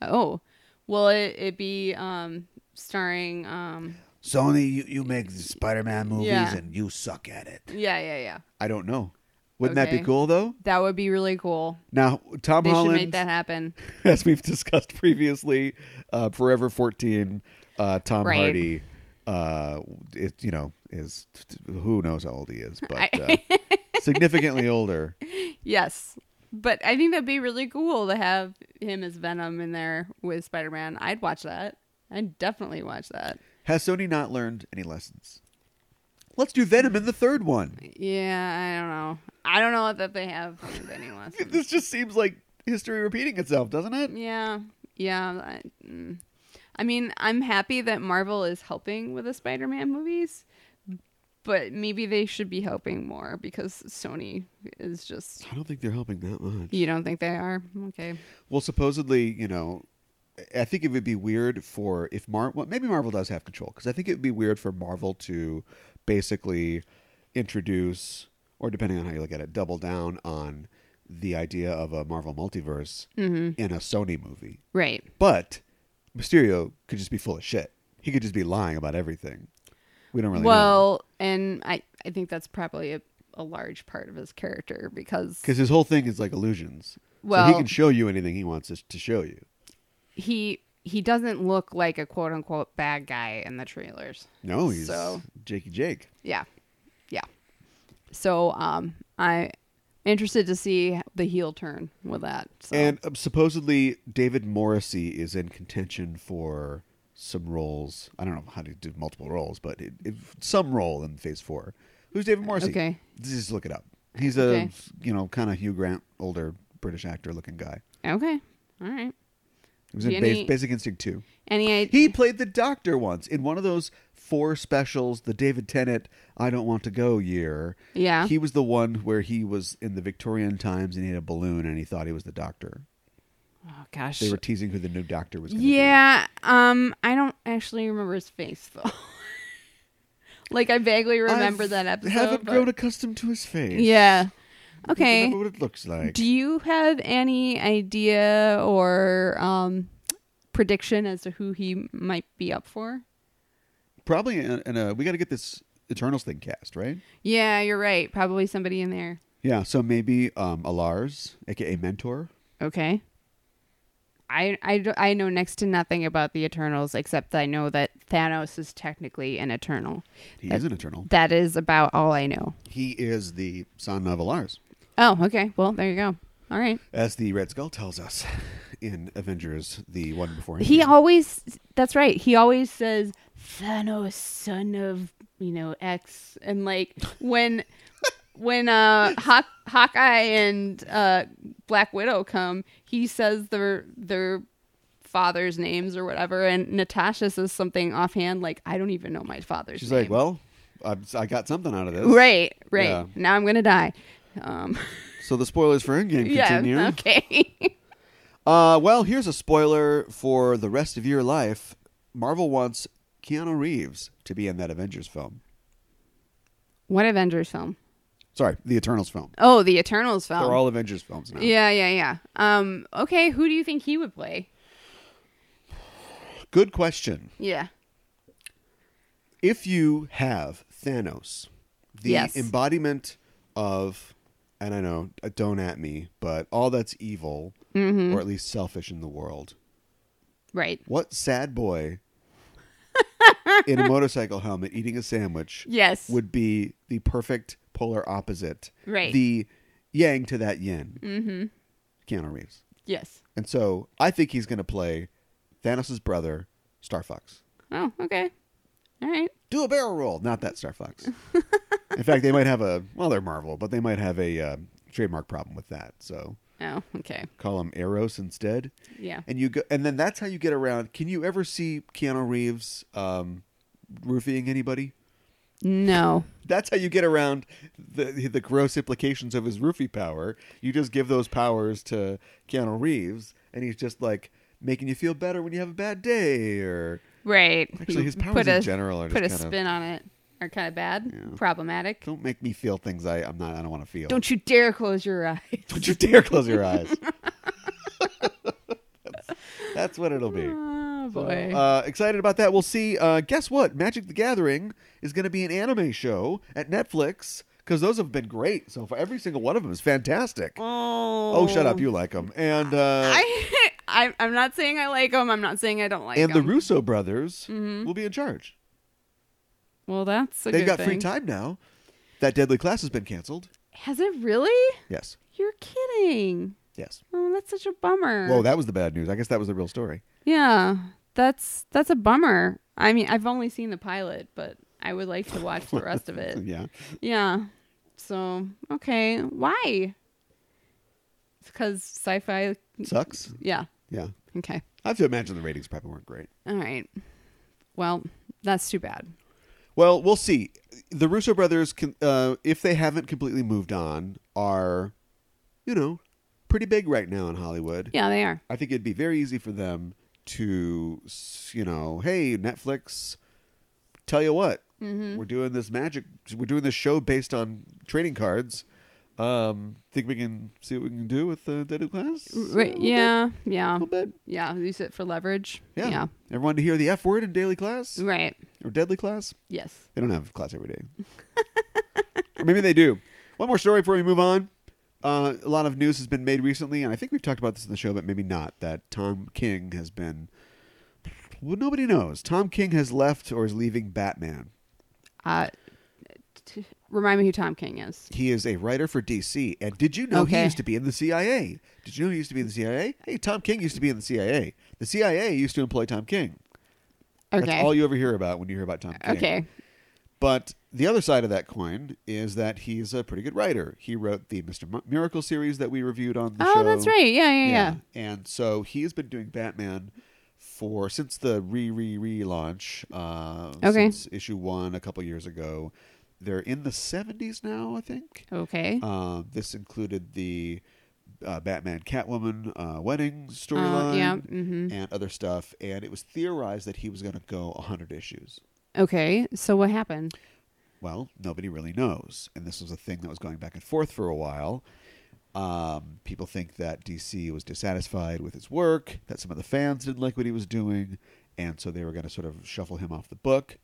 Oh. Will it, it be um, starring? Um, Sony, you, you make the Spider-Man movies Yeah. and you suck at it. yeah. Yeah. Yeah. I don't know. Wouldn't that Okay. be cool though? That would be really cool. Now Tom They should Holland, make that happen. [laughs] as we've discussed previously, uh, Forever 14, uh, Tom Right. Hardy, uh, it you know is who knows how old he is, but uh, I- significantly [laughs] older. Yes. But I think that'd be really cool to have him as Venom in there with Spider Man. I'd watch that. I'd definitely watch that. Has Sony not learned any lessons? Let's do Venom in the third one. Yeah, I don't know. I don't know that they have planned any lessons. this just seems like history repeating itself, doesn't it? Yeah. Yeah. I, mm. I mean, I'm happy that Marvel is helping with the Spider Man movies, but maybe they should be helping more because Sony is just. I don't think they're helping that much. You don't think they are? Okay. Well, supposedly, you know, I think it would be weird for if Mar well, maybe Marvel does have control because I think it would be weird for Marvel to basically introduce or depending on how you look at it, double down on the idea of a Marvel multiverse in a Sony movie. Right. But Mysterio could just be full of shit. He could just be lying about everything. We don't really know. Well, and I, I think that's probably a, a large part of his character because Because his whole thing is like illusions. so he Well- can show you anything he wants us to show you. he he doesn't look like a quote unquote bad guy in the trailers. No, he's So- Jakey Jake. Yeah. Yeah. So um I'm interested to see the heel turn with that. So And um, supposedly David Morrissey is in contention for some roles. I don't know how to do multiple roles, but it, it, some role in Phase Four. Who's David Morrissey? Okay. just look it up. He's a Okay. you know kind of Hugh Grant, older British actor looking guy. Okay. All right. He was in Do Bas- any- Basic Instinct Two. Any idea He played the doctor once in one of those four specials, the David Tennant "I Don't Want to Go" year. Yeah. he was the one where he was in the Victorian times and he had a balloon and he thought he was the doctor. Oh gosh. They were teasing who the new doctor was. Gonna yeah, um I don't actually remember his face though. [laughs] like I vaguely be. remember I that episode. Haven't but- grown accustomed to his face. Yeah. Okay. Remember what it looks like. Do you have any idea or um, prediction as to who he might be up for? Probably in, in a. We got to get this Eternals thing cast right. Yeah, you're right. Probably somebody in there. Yeah. So maybe um, Alars, aka Mentor. Okay. I, I, d- I know next to nothing about the Eternals except that I know that Thanos is technically an Eternal. He That- is an Eternal. That is about all I know. He is the son of Alars, Oh, okay. Well, there you go. All right. as the Red Skull tells us in Avengers, the one before. He Endgame. always, that's right. He always says, Thanos, son of, you know, X. And like [laughs] when, when uh, Hawk, Hawkeye and uh, Black Widow come, he says their, their father's names or whatever. And Natasha says something offhand, like, I don't even know my father's She's name. like, well, I, I got something out of this. right, right. Yeah. Now I'm going to die. Um, So the spoilers for Endgame [laughs] yeah. continue. Okay. [laughs] Uh, well, here's a spoiler for the rest of your life. Marvel wants Keanu Reeves to be in that Avengers film. what Avengers film? Sorry, the Eternals film. Oh, the Eternals film. They're all Avengers films now. Yeah, yeah, yeah. Um, okay, who do you think he would play? Good question. Yeah. If you have Thanos, the Yes. embodiment of, and I know, uh, don't at me, but all that's evil, Mm-hmm. or at least selfish in the world, Right. what sad [laughs] boy in a motorcycle helmet eating a sandwich Yes. would be the perfect polar opposite. Right. The yang to that yin. Mm-hmm. Keanu Reeves. yes. And so I think he's going to play Thanos' brother, Star Fox. Oh, okay. All right. Do a barrel roll. Not that Star Fox. In fact, they might have a, well, they're Marvel, but they might have a uh, trademark problem with that. So Oh, okay. call him Eros instead. Yeah. And you go, and then that's how you get around. Can you ever see Keanu Reeves um, roofing anybody? No. That's how you get around the the gross implications of his roofie power. You just give those powers to Keanu Reeves, and he's just like making you feel better when you have a bad day. Or Right. Actually, his powers Put in a- general are put just a kinda- spin on it. Are kind of bad. Problematic. don't make me feel things I I'm not I don't want to feel. Don't you dare close your eyes. [laughs] Don't you dare close your eyes. That's- that's what it'll be. Oh So, boy. uh, excited about that. We'll see. Uh, guess what? Magic the Gathering is going to be an anime show at Netflix because those have been great so far. Every single one of them is fantastic. oh. Oh, shut up! You like them, and uh, I, [laughs] I I'm not saying I like him. I'm not saying I don't like and the him. Russo brothers will be in charge. well, that's Mm-hmm. a They've good got thing. free time now. That deadly class has been canceled. Has it really? Yes, You're kidding. yes. Oh, that's such a bummer. Whoa, that was the bad news. I guess that was the real [laughs] story. Yeah, that's that's a bummer. I mean, I've only seen the pilot, but I would like to watch the rest [laughs] of it. Yeah, Yeah. So okay, why? Because sci-fi. sucks. Yeah. Yeah, Okay. I have to imagine the ratings probably weren't great. All right. Well, that's too bad. Well, we'll see. The Russo brothers, can, uh, if they haven't completely moved on, are, you know, pretty big right now in Hollywood. Yeah, they are. I think it'd be very easy for them to, s- you know, hey Netflix, tell you what, Mm-hmm. we're doing this magic, we're doing this show based on trading cards. Um, think we can see what we can do with the deadly class? Right. Yeah. Yeah. a little bit. Yeah. Use it for leverage. Yeah. everyone to hear the F word in daily class Right. or deadly class. Yes. They don't have class every day. or maybe they do. One more story before we move on. Uh, a lot of news has been made recently, and I think we've talked about this in the show, but maybe not. That Tom King has been. Well, nobody knows. Tom King has left or is leaving Batman. Uh, t- remind me who Tom King is. He is a writer for DC. And did you know he Okay. used to be in the CIA? Did you know he used to be in the CIA? Hey, Tom King used to be in the CIA. The CIA used to employ Tom King. Okay. That's all you ever hear about when you hear about Tom King. okay. But the other side of that coin is that he's a pretty good writer. He wrote the Mr. Mi- Miracle series that we reviewed on the show. Oh, that's right. Yeah. Yeah. Yeah. And so he has been doing Batman for since the re re relaunch. Uh, Okay. Since issue one a couple years ago. They're in the 70s now, I think. Okay. Uh, this included the uh, Batman Catwoman uh, wedding storyline yeah, mhm. and other stuff. And it was theorized that he was going to go 100 issues. Okay, so what happened? Well, nobody really knows. And this was a thing that was going back and forth for a while. Um, people think that DC was dissatisfied with his work, that some of the fans didn't like what he was doing, and so they were going to sort of shuffle him off the book.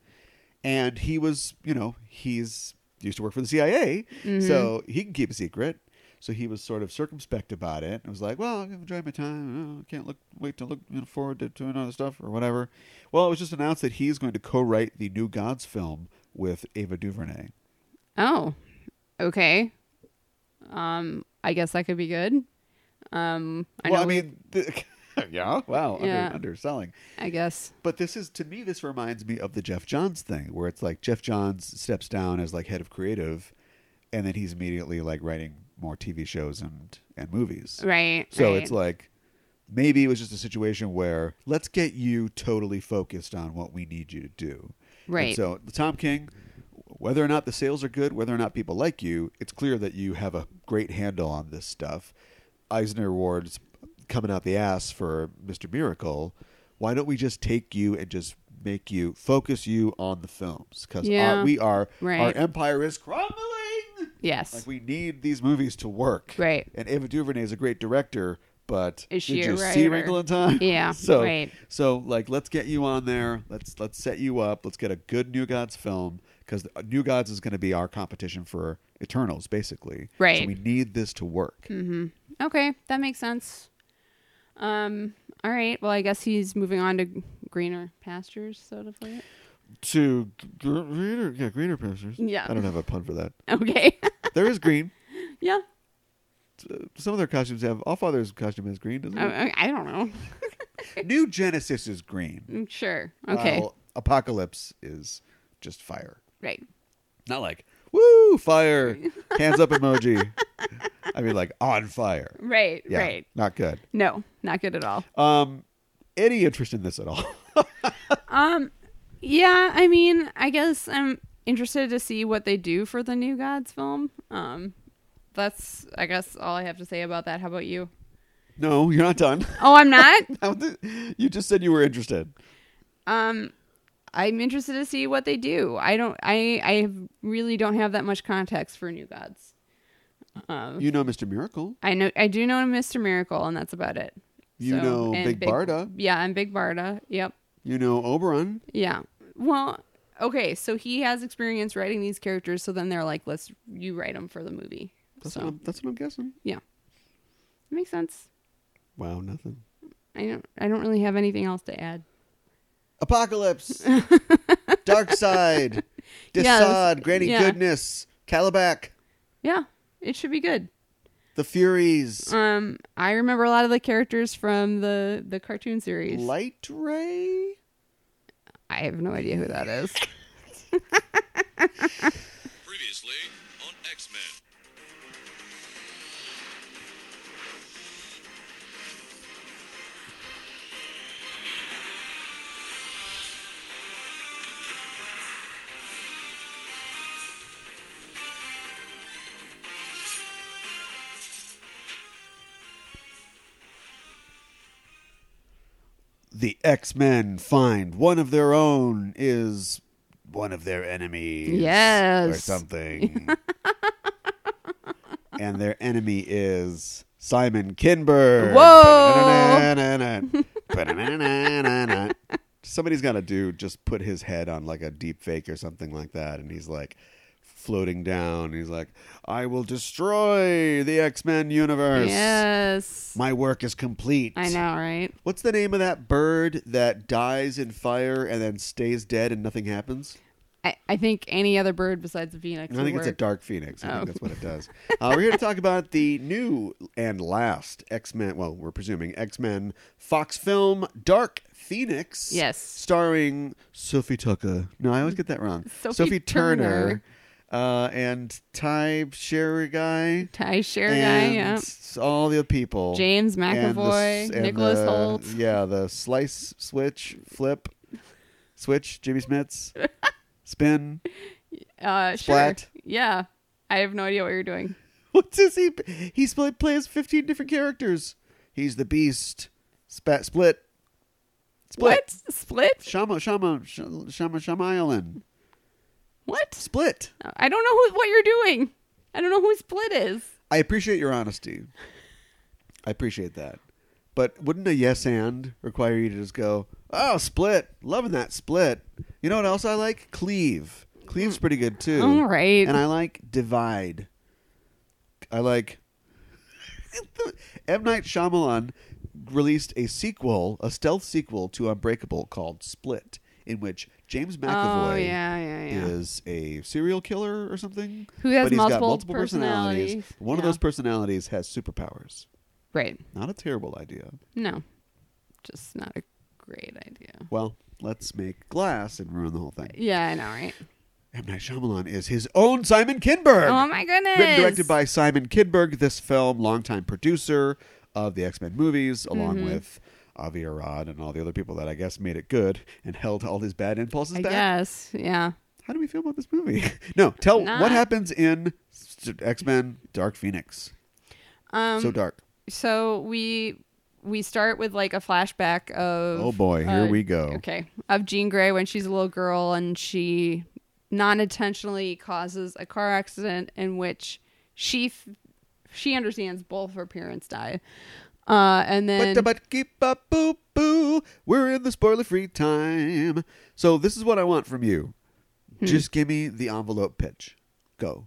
And he was, you know, he's used to work for the CIA, so he can keep a secret. So he was sort of circumspect about it and was like, "Well, I'm enjoying my time. Oh, I can't look wait to look you know, forward to doing other stuff or whatever." Well, it was just announced that he's going to co-write the New Gods film with Ava DuVernay. Oh, okay. Um, I guess that could be good. Um, I well, know I we- Oh, mean, the, yeah. Wow. Yeah. Under, underselling. I guess. But this is to me, this reminds me of the Jeff Johns thing, where it's like Jeff Johns steps down as like head of creative, and then he's immediately like writing more TV shows and and movies. Right. So right. it's like maybe it was just a situation where let's get you totally focused on what we need you to do. And Right. Oh, so Tom King, whether or not the sales are good, whether or not people like you, it's clear that you have a great handle on this stuff. Eisner Awards coming out the ass for Mr. Miracle. Why don't we just take you and just make you focus you on the films because Yeah. we are our Right. empire is crumbling. yes. Like we need these movies to work. Right. And Ava DuVernay is a great director, but Is she did a you see writer? Wrinkle in Time? [laughs] Yeah, So right. so like let's get you on there. Let's let's set you up. Let's get a good New Gods film because New Gods is going to be our competition for Eternals, basically. So Right. Hmm. we need this to work. okay, that makes sense. Um. All right. Well, I guess he's moving on to g- greener pastures, so to put it. [laughs] To gr- greener, yeah, greener pastures. Yeah. I don't have a pun for that. Okay. [laughs] There is green. yeah. Some of their costumes have. All Father's costume is green, doesn't I, I- I don't know. it? New Genesis is green. Mm, Sure. Okay. While Apocalypse is just fire. right. Not like woo fire, hands up emoji. I mean like on fire. Right. Yeah, Right. Not good. No, not good at all. Um, any interest in this at all? [laughs] Yeah, I mean, I guess I'm interested to see what they do for the New Gods film. Um, that's, I guess, all I have to say about that. How about you? no, you're not done. [laughs] Oh, I'm not. you just said you were interested. um, [laughs] I'm interested to see what they do. I don't. I I really don't have that much context for New Gods. Oh. You know Mr. Miracle. I know. I do know Mr. Miracle, and that's about it. You know and Big Barda. Yeah, and Big Barda. Yep. You know Oberon. Yeah. Well, okay. So he has experience writing these characters. So then they're like, "Let's you write them for the movie." That's, so what, I'm, that's what I'm guessing. yeah, makes sense. Wow, nothing. I don't. I don't really have anything else to add. [laughs] Apocalypse, Dark Side, Desaad, Yeah, this- Granny yeah. Goodness, Calabac, Yeah, it should be good. The Furies, Um, I remember a lot of the characters from the the cartoon series. Light Ray. I have no idea who that is. Previously on X Men. the X Men find one of their own is One of their enemies. Yes. Or something. [laughs] and their enemy is Simon Kinberg. Whoa. Somebody's got to do just put his head on like a deep fake or something like that, and he's like floating down. He's like, "I will destroy the X Men universe. yes, My work is complete." I know, right? What's the name of that bird that dies in fire and then stays dead and nothing happens? I, I think any other bird besides the phoenix. I would think it's a work. dark phoenix. I Oh. think that's what it does. Uh, we're here to talk about the new and last X Men. Well, we're presuming X Men Fox film Dark Phoenix. Yes. starring Sophie Tucker. No, I always get that wrong. Sophie Turner, uh, and Ty Sherry guy. Ty Share guy. And Yeah. all the people. James And the McAvoy, s- and Nicholas the- Holt. Yeah, the slice, switch, flip, switch, Jimmy [laughs] Smits, spin. Uh, Splat. Sure. Yeah. I have no idea what you're doing. What does he? He sp- plays fifteen different characters. He's the Beast. Spat split. What? Split? Shama Shama Sh- Shama Shamayalan. What? Split. I don't know who, what you're doing. I don't know who Split is. I appreciate your honesty. I appreciate that. But wouldn't a yes and require you to just go, oh, split. Loving that split. You know what else I like? Cleave. Cleave's pretty good too. All right. And I like divide. I like. [laughs] M. Night Shyamalan released a sequel, a stealth sequel to Unbreakable called Split, in which James McAvoy Oh, yeah, yeah, yeah. is a serial killer or something Who has but he's multiple got multiple personalities. personalities. One of Yeah. those personalities has superpowers. Right. Not a terrible idea. No. just not a great idea. Well, let's make glass and ruin the whole thing. Yeah, I know, right? M. Night Shyamalan is his own Simon Kinberg. Oh my goodness! Written and directed by Simon Kinberg, this film, longtime producer of the X Men movies, along Mm-hmm. with Avi Arad and all the other people that I guess made it good and held all his bad impulses I back. guess. Yeah. How do we feel about this movie? [laughs] no, tell Not- what happens in X Men Dark Phoenix. Um. so So, dark. we we start with like a flashback of. Oh boy, here uh, we go. Okay, of Jean Grey when she's a little girl and she non-intentionally causes a car accident in which she f- she understands both her parents die. Uh, and then But, but keep up, boo boo. We're in the spoiler free time. So this is what I want from you. Just give me the envelope pitch. Go.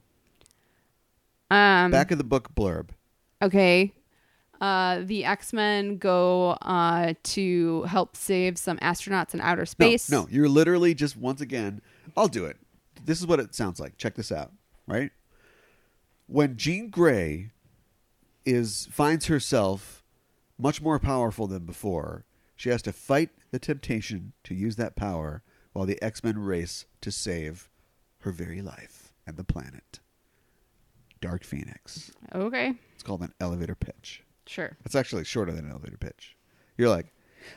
um, Back of the book blurb. Okay. Uh, the X Men go uh, to help save some astronauts in outer No, space. no, you're literally just once again. I'll do it. This is what it sounds like. Check this out. Right when Jean Grey is finds herself much more powerful than before, she has to fight the temptation to use that power while the X Men race to save her very life and the planet. Dark Phoenix. Okay. It's called an elevator pitch. Sure. That's actually shorter than an elevator pitch. You're like,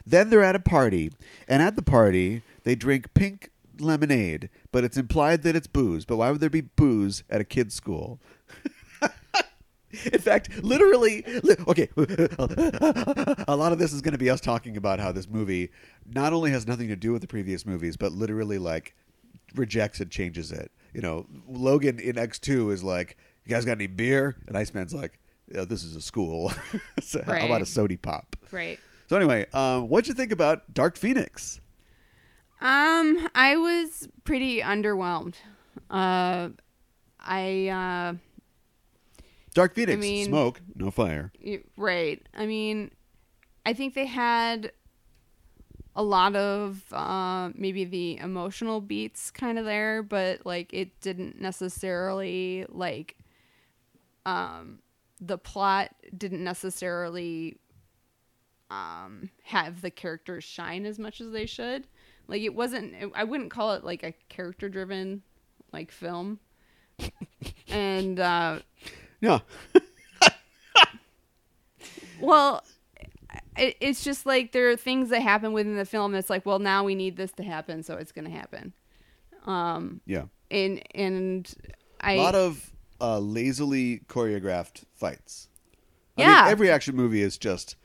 then they're at a party, and at the party they drink pink lemonade, but it's implied that it's booze. But why would there be booze at a kid's school? In fact, literally, li- okay, [laughs] a lot of this is going to be us talking about how this movie not only has nothing to do with the previous movies, but literally like rejects and changes it. You know, Logan in X2 is like, you guys got any beer? And Iceman's like, "Yeah, this is a school. [laughs] so How about Right. a sody pop? Right. So anyway, um, what'd you think about Dark Phoenix? Um, I was pretty underwhelmed. Uh, I uh, Dark Phoenix, I mean- smoke, no fire. y- right. I mean, I think they had a lot of uh, maybe the emotional beats kind of there, but like it didn't necessarily like um, the plot didn't necessarily um, have the characters shine as much as they should. Like it wasn't. It, I wouldn't call it like a character driven like film. and uh, Yeah, Well, it, it's just like there are things that happen within the film that's like, well, now we need this to happen, so it's going to happen. yeah. And and A I lot of uh, lazily choreographed fights. I Yeah. mean, every action movie is just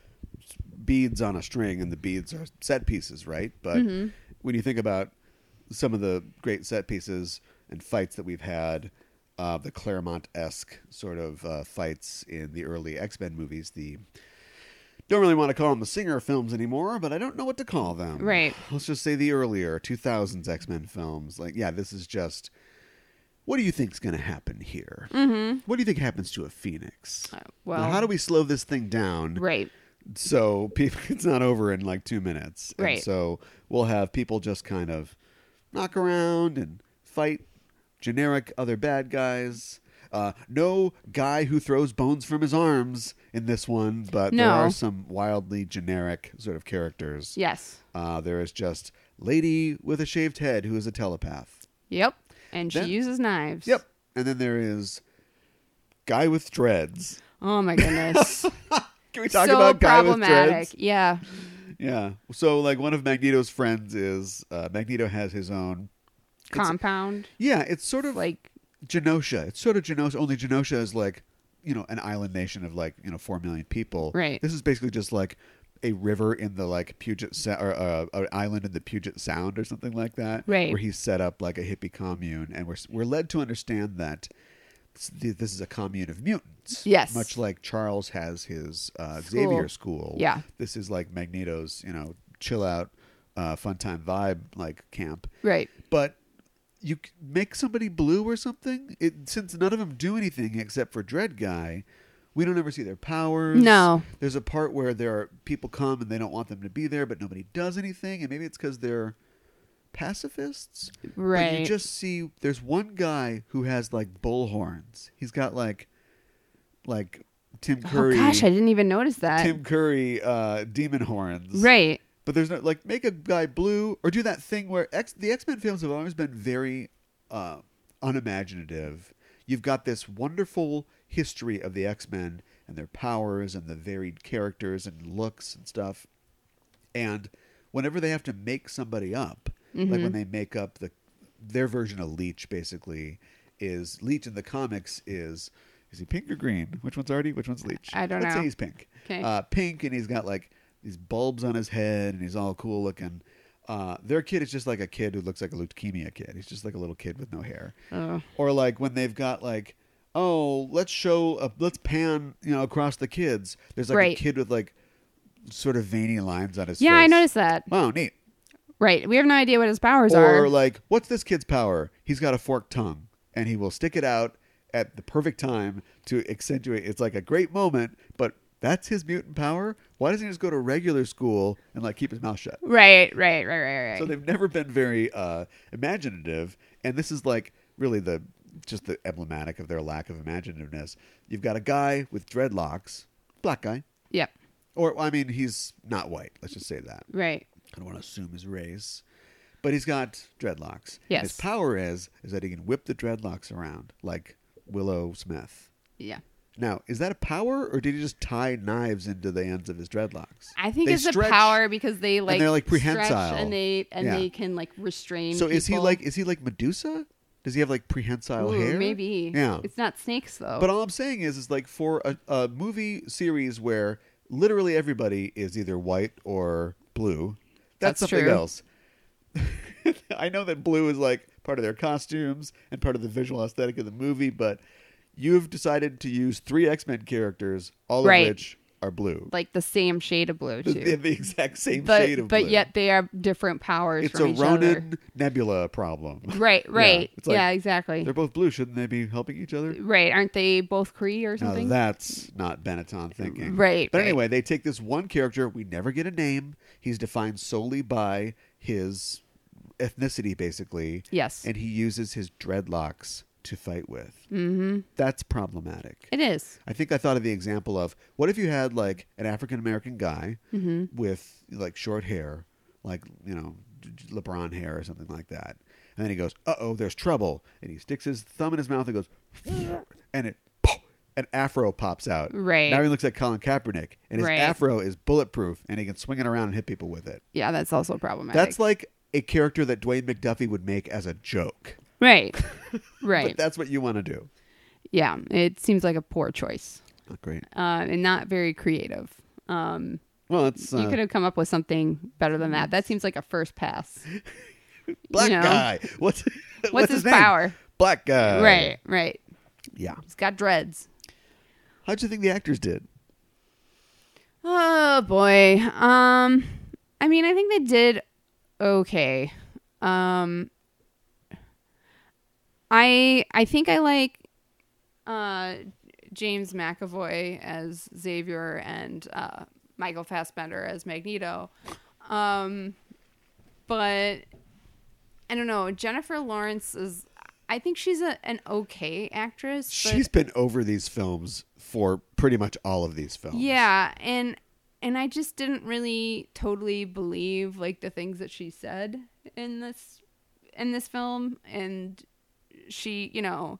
beads on a string, and the beads are set pieces, right? But Mm-hmm. when you think about some of the great set pieces and fights that we've had, uh, the Claremont esque sort of uh, fights in the early X Men movies, the don't really want to call them the singer films anymore, but I don't know what to call them. Right. Let's just say the earlier 2000s X Men films. Like, yeah, this is just. What do you think's going to happen here? Mm-hmm. What do you think happens to a phoenix? Uh, well- Now, how do we slow this thing down right so [laughs] people, it's not over in like two minutes? And Right. so we'll have people just kind of knock around and fight generic other bad guys. Uh, no guy who throws bones from his arms in this one, but there No. are some wildly generic sort of characters. yes Uh, there is just lady with a shaved head who is a telepath. yep, and she That- uses knives. Yep. And then there is guy with dreads. Oh my goodness, Can we [laughs] talk so about guy with dreads? problematic. Yeah, Yeah. So like one of Magneto's friends is uh, Magneto has his own. compound Yeah, it's sort of like like Genosha. It's sort of Genosha. Only Genosha is like you know an island nation of like you know four million people. Right. This is basically just like a river in the like Puget Sa- or uh, an island in the Puget Sound or something like that. Right. Where he set up like a hippie commune, and we're we're led to understand that. s- th- This is a commune of mutants. Yes. Much like Charles has his uh, School. Xavier school. Yeah. This is like Magneto's, you know, chill out, uh, fun time vibe like camp right. but you c- make somebody blue or something. It, since none of them do anything except for Dread Guy, we don't ever see their powers. No. there's a part where there are people come and they don't want them to be there, but nobody does anything, and maybe it's because they're pacifists. But you Right. just see there's one guy who has like bull horns. He's got like like Tim Oh, Curry. gosh, I didn't even notice that. Tim Curry, uh, demon horns. right. But there's no like make a guy blue or do that thing where X the X Men films have always been very uh, unimaginative. You've got this wonderful history of the X Men and their powers and the varied characters and looks and stuff. And whenever they have to make somebody up, like Mm-hmm. when they make up the their version of Leech, basically is Leech in the comics is is he pink or green? Which one's Artie? Which one's Leech? I don't Let's know. Say he's pink. Okay. Uh, pink, and he's got like these bulbs on his head, and he's all cool looking. Uh, their kid is just like a kid who looks like a leukemia kid. He's just like a little kid with no hair. Oh. Or like when they've got like, oh, let's show, a, let's pan, you know, across the kids. There's like a Right. kid with like sort of veiny lines on his. Yeah, I face. noticed that. Wow, neat. Right. We have no idea what his powers Or are. like, what's this kid's power? He's got a forked tongue, and he will stick it out at the perfect time to accentuate. It's like a great moment, but that's his mutant power. Why doesn't he just go to regular school and like keep his mouth shut? right, right, right, right, right. So they've never been very uh, imaginative, and this is like really the just the emblematic of their lack of imaginativeness. You've got a guy with dreadlocks, black guy, yep. or I mean, he's not white. Let's just say that. Right. I don't want to assume his race, but he's got dreadlocks. And Yes. His power is is that he can whip the dreadlocks around like Willow Smith. Yeah. Now, is that a power, or did he just tie knives into the ends of his dreadlocks? I think They it's stretch- a power because they like they're, like, stretch prehensile. and they and Yeah. they can like restrain. So is he people. like is he like Medusa? Does he have like prehensile Ooh, hair? Maybe. Yeah. It's not snakes though. But all I'm saying is, is like for a, a movie series where literally everybody is either white or blue, that's, That's something true. else. [laughs] I know that blue is like part of their costumes and part of the visual aesthetic of the movie, but you've decided to use three X Men characters, all Right. of which are blue. like the same shade of blue They too. have the exact same but shade of but blue. yet they are different powers it's a from each Ronin Nebula problem. other. Right, right. it's Yeah, like- exactly. They're both blue. Shouldn't they be helping each other? Right, aren't they both Cree or Now something? that's not Benetton thinking. Right, But right. anyway, they take this one character. We never get a name. He's defined solely by his ethnicity, basically. yes. And he uses his dreadlocks to fight with. Mm-hmm. That's problematic. it is. I think I thought of the example of what if you had like an African American guy Mm-hmm. with like short hair, like you know J- J- LeBron hair or something like that, and then he goes, "Uh oh, there's trouble," and he sticks his thumb in his mouth and goes, [laughs] and it [laughs] an afro pops out. Right. now he looks like Colin Kaepernick, and his Right. afro is bulletproof, and he can swing it around and hit people with it. Yeah, that's also problematic. That's like a character that Dwayne McDuffie would make as a joke. Right. Right. [laughs] But that's what you want to do. yeah. It seems like a poor choice. Not great. Uh, and not very creative. Um, Well, it's you uh, could have come up with something better than that. That seems like a first pass. black you know. guy. [laughs] What's what's, his name? power? Black guy. right, right. Yeah. He's got dreads. How'd you think the actors did? Oh boy. Um I mean, I think they did okay. Um I I think I like uh James McAvoy as Xavier and uh Michael Fassbender as Magneto. Um but I don't know, Jennifer Lawrence is I think she's a, an okay actress. but- She's been over these films for pretty much all of these films. Yeah, and and I just didn't really totally believe like the things that she said in this in this film and she, you know,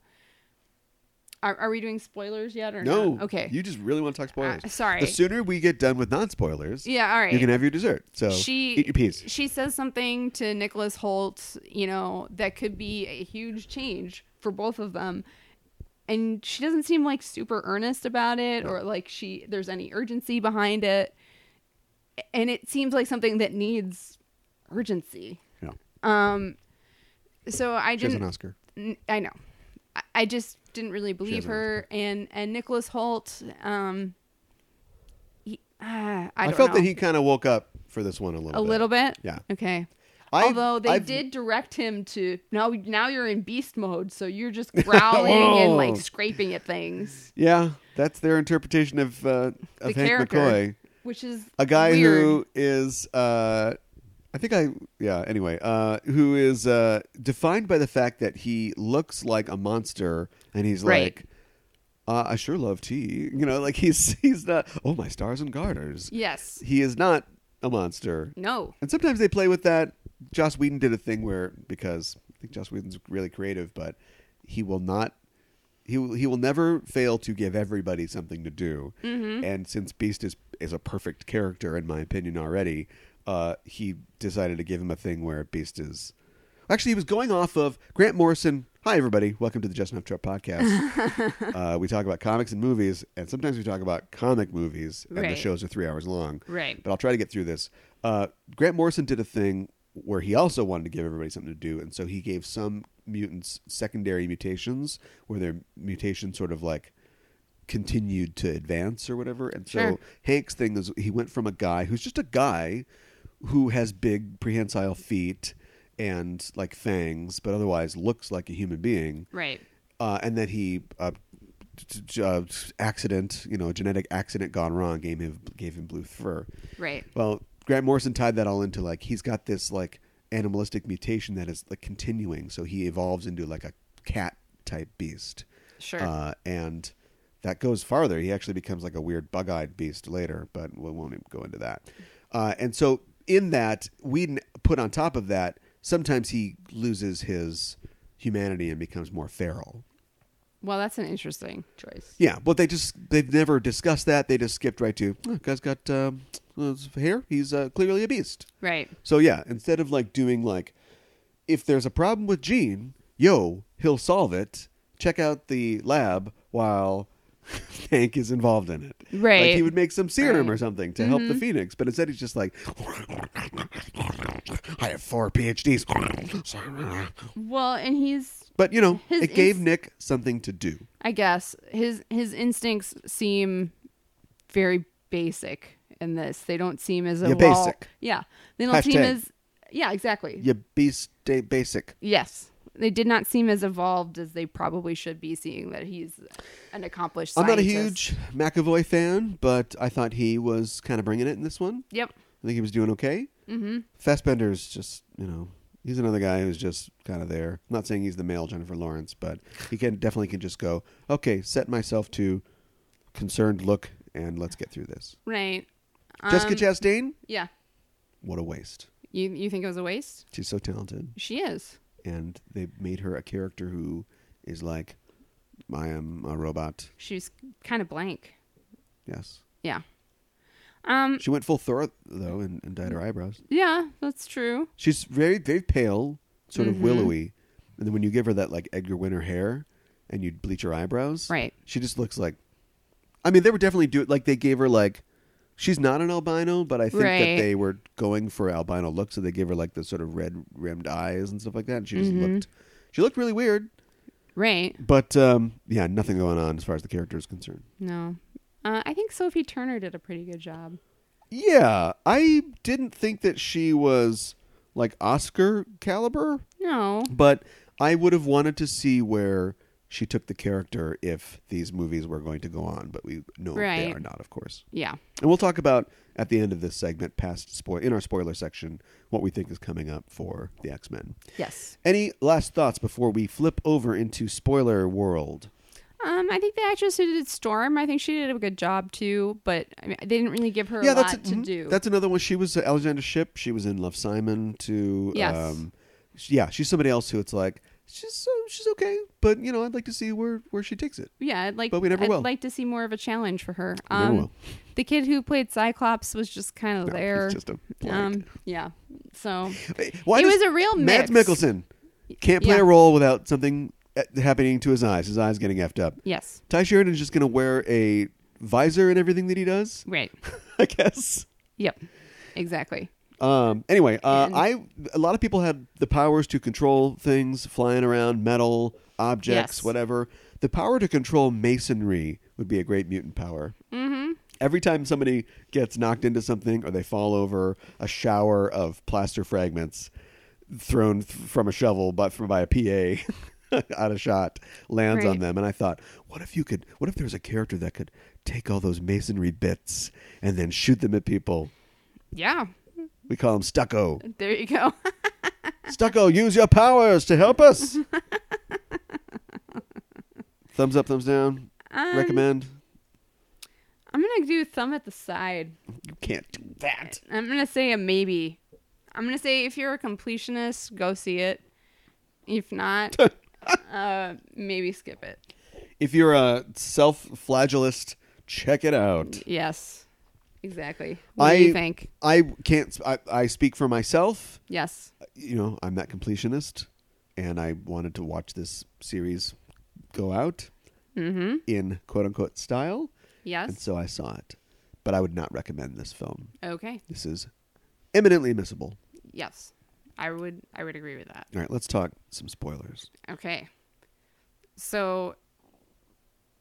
are, are we doing spoilers yet or No. not? Okay. You just really want to talk spoilers. Uh, sorry. The sooner we get done with non spoilers, yeah, all right. you can have your dessert. So She- eat your peas. she says something to Nicholas Holt, you know, that could be a huge change for both of them. And she doesn't seem like super earnest about it or like she there's any urgency behind it. And it seems like something that needs urgency. Yeah. Um so I She has an didn't Oscar. n- I know. I- I just didn't really believe has an her and and Nicholas Holt um he, uh, I, I, don't felt know. that he kind of woke up for this one a little a bit. little bit. Yeah. Okay. I've- Although they I've- did direct him to now, now you're in beast mode, so [laughs] you're just growling and Oh. like scraping at things. Yeah. That's their interpretation of, uh, of the Hank character, McCoy. which is a guy weird. who is uh i think i yeah anyway uh who is uh defined by the fact that he looks like a monster and he's Right. like uh, I sure love tea. You know, like he's [laughs] he's not. Oh, my stars and garters. Yes. He is not a monster. No. And sometimes they play with that. Joss Whedon did a thing where because I think Joss Whedon's really creative, but he will not. He will, he will never fail to give everybody something to do. Mm-hmm. And since Beast is is a perfect character in my opinion already, uh, he decided to give him a thing where Beast is. Actually, he was going off of Grant Morrison. Hi, everybody. Welcome to the Just Enough Trip [laughs] podcast. uh, we talk about comics and movies, and sometimes we talk about comic movies, and the Right. shows are three hours long Right. but I'll try to get through this. Uh, Grant Morrison did a thing where he also wanted to give everybody something to do, and so he gave some mutants secondary mutations where their mutations sort of like continued to advance or whatever. And so Sure. Hank's thing is he went from a guy who's just a guy who has big prehensile feet and like fangs, but otherwise looks like a human being Right. uh, and then he uh, t- t- uh, accident, you know, a genetic accident gone wrong gave him gave him blue fur. Right. Well, Grant Morrison tied that all into like he's got this like animalistic mutation that is like continuing, so he evolves into like a cat type beast. Sure. Uh, and that goes farther. He actually becomes like a weird bug eyed beast later, but we won't even go into that. Uh, and so, in that, Whedon put on top of that, sometimes he loses his humanity and becomes more feral. Well, that's an interesting choice. Yeah, but they just they've never discussed that. They just skipped right to oh, guy's got um, hair. He's uh, clearly a beast. Right. So yeah, instead of like doing like, if there's a problem with Gene, yo, he'll solve it. Check out the lab while [laughs] Hank is involved in it. Like Right. he would make some serum Right. Mm-hmm. or something to help the Phoenix, but instead he's just like, I have four PhDs. Well, and he's but you know, [laughs] His it gave ins- Nick something to do. I guess his his instincts seem very basic in this. They don't seem as a Yeah, wall- basic. Yeah. They don't seem Hashtag. as Yeah, exactly. You beast day basic. Yes. They did not seem as evolved as they probably should be seeing that he's an accomplished I'm not a scientist. huge McAvoy fan, but I thought he was kind of bringing it in this one. Yep. I think he was doing okay. Mm-hmm. Fassbender's just, you know, he's another guy who's just kind of there. I'm not saying he's the male Jennifer Lawrence, but he can definitely can just go, okay, set myself to concerned look and let's get through this. Right. Um, Jessica Chastain, Yeah. what a waste. You you think it was a waste? She's so talented, She is. and they made her a character who is like, I am a robot. She's kind of blank. Yes, Yeah. Um she went full Thor though, and, and dyed her eyebrows. yeah, that's true. She's very, very pale, sort Mm-hmm. of willowy. And then when you give her that like Edgar Winter hair and you bleach her eyebrows, Right. She just looks like. I mean, they were definitely do like they gave her like. She's not an albino, but I think Right. that they were going for albino look, so they gave her like the sort of red rimmed eyes and stuff like that. And she just Mm-hmm. looked, she looked really weird. Right. But um, yeah, nothing going on as far as the character is concerned. No. Uh, I think Sophie Turner did a pretty good job. Yeah, I didn't think that she was like Oscar caliber. No. But I would have wanted to see where she took the character if these movies were going to go on, but we know they Right. are not, of course. Yeah. And we'll talk about at the end of this segment, past spoil in our spoiler section, what we think is coming up for the X Men. Yes. Any last thoughts before we flip over into spoiler world? Um, I think the actress who did Storm, I think she did a good job too, but I mean, they didn't really give her a lot to mhm. do. That's another one. She was uh, Alexandra Ship. She was in Love Simon. To Yes. um, sh- yeah, she's somebody else who it's like she's so she's okay, but you know I'd like to see where where she takes it. yeah, I'd like but we never I'd will. like to see more of a challenge for her. We never Um, will. the kid who played Cyclops was just kind of No, he's there. just a blank. um, yeah. So Hey, [laughs] Why It does was a real Mads mix. Mikkelsen can't play Yeah. a role without something uh, happening to his eyes. His eyes getting effed up. yes, Ty Sheridan's just going to wear a visor in everything that he does, [laughs] right. I guess. Yep. Exactly. Um, anyway, uh, And- I a lot of people had the powers to control things flying around, metal objects, Yes. whatever. The power to control masonry would be a great mutant power. Mm-hmm. Every time somebody gets knocked into something or they fall over, a shower of plaster fragments thrown th- from a shovel, but from by a [laughs] PA. out of shot lands on Right. them and i thought what if you could what if there was a character that could take all those masonry bits and then shoot them at people Yeah. we call them stucco There you go. [laughs] Stucco, use your powers to help us. [laughs] thumbs up, thumbs down. Um, Recommend? I'm gonna do thumb at the side. You can't do that. I'm gonna say a maybe. I'm gonna say if you're a completionist, go see it. [laughs] If not, uh, maybe skip it. If you're a self-flagellist, check it out. Yes, exactly. What do I- you think? I can't. I, I speak for myself. Yes, You know, I'm that completionist, and I wanted to watch this series go out Mm-hmm. in quote unquote style, and yes. so I saw it. But I would not recommend this film. Okay, This is eminently missable. yes. I would. I would agree with that. All right, let's talk some spoilers. Okay. So,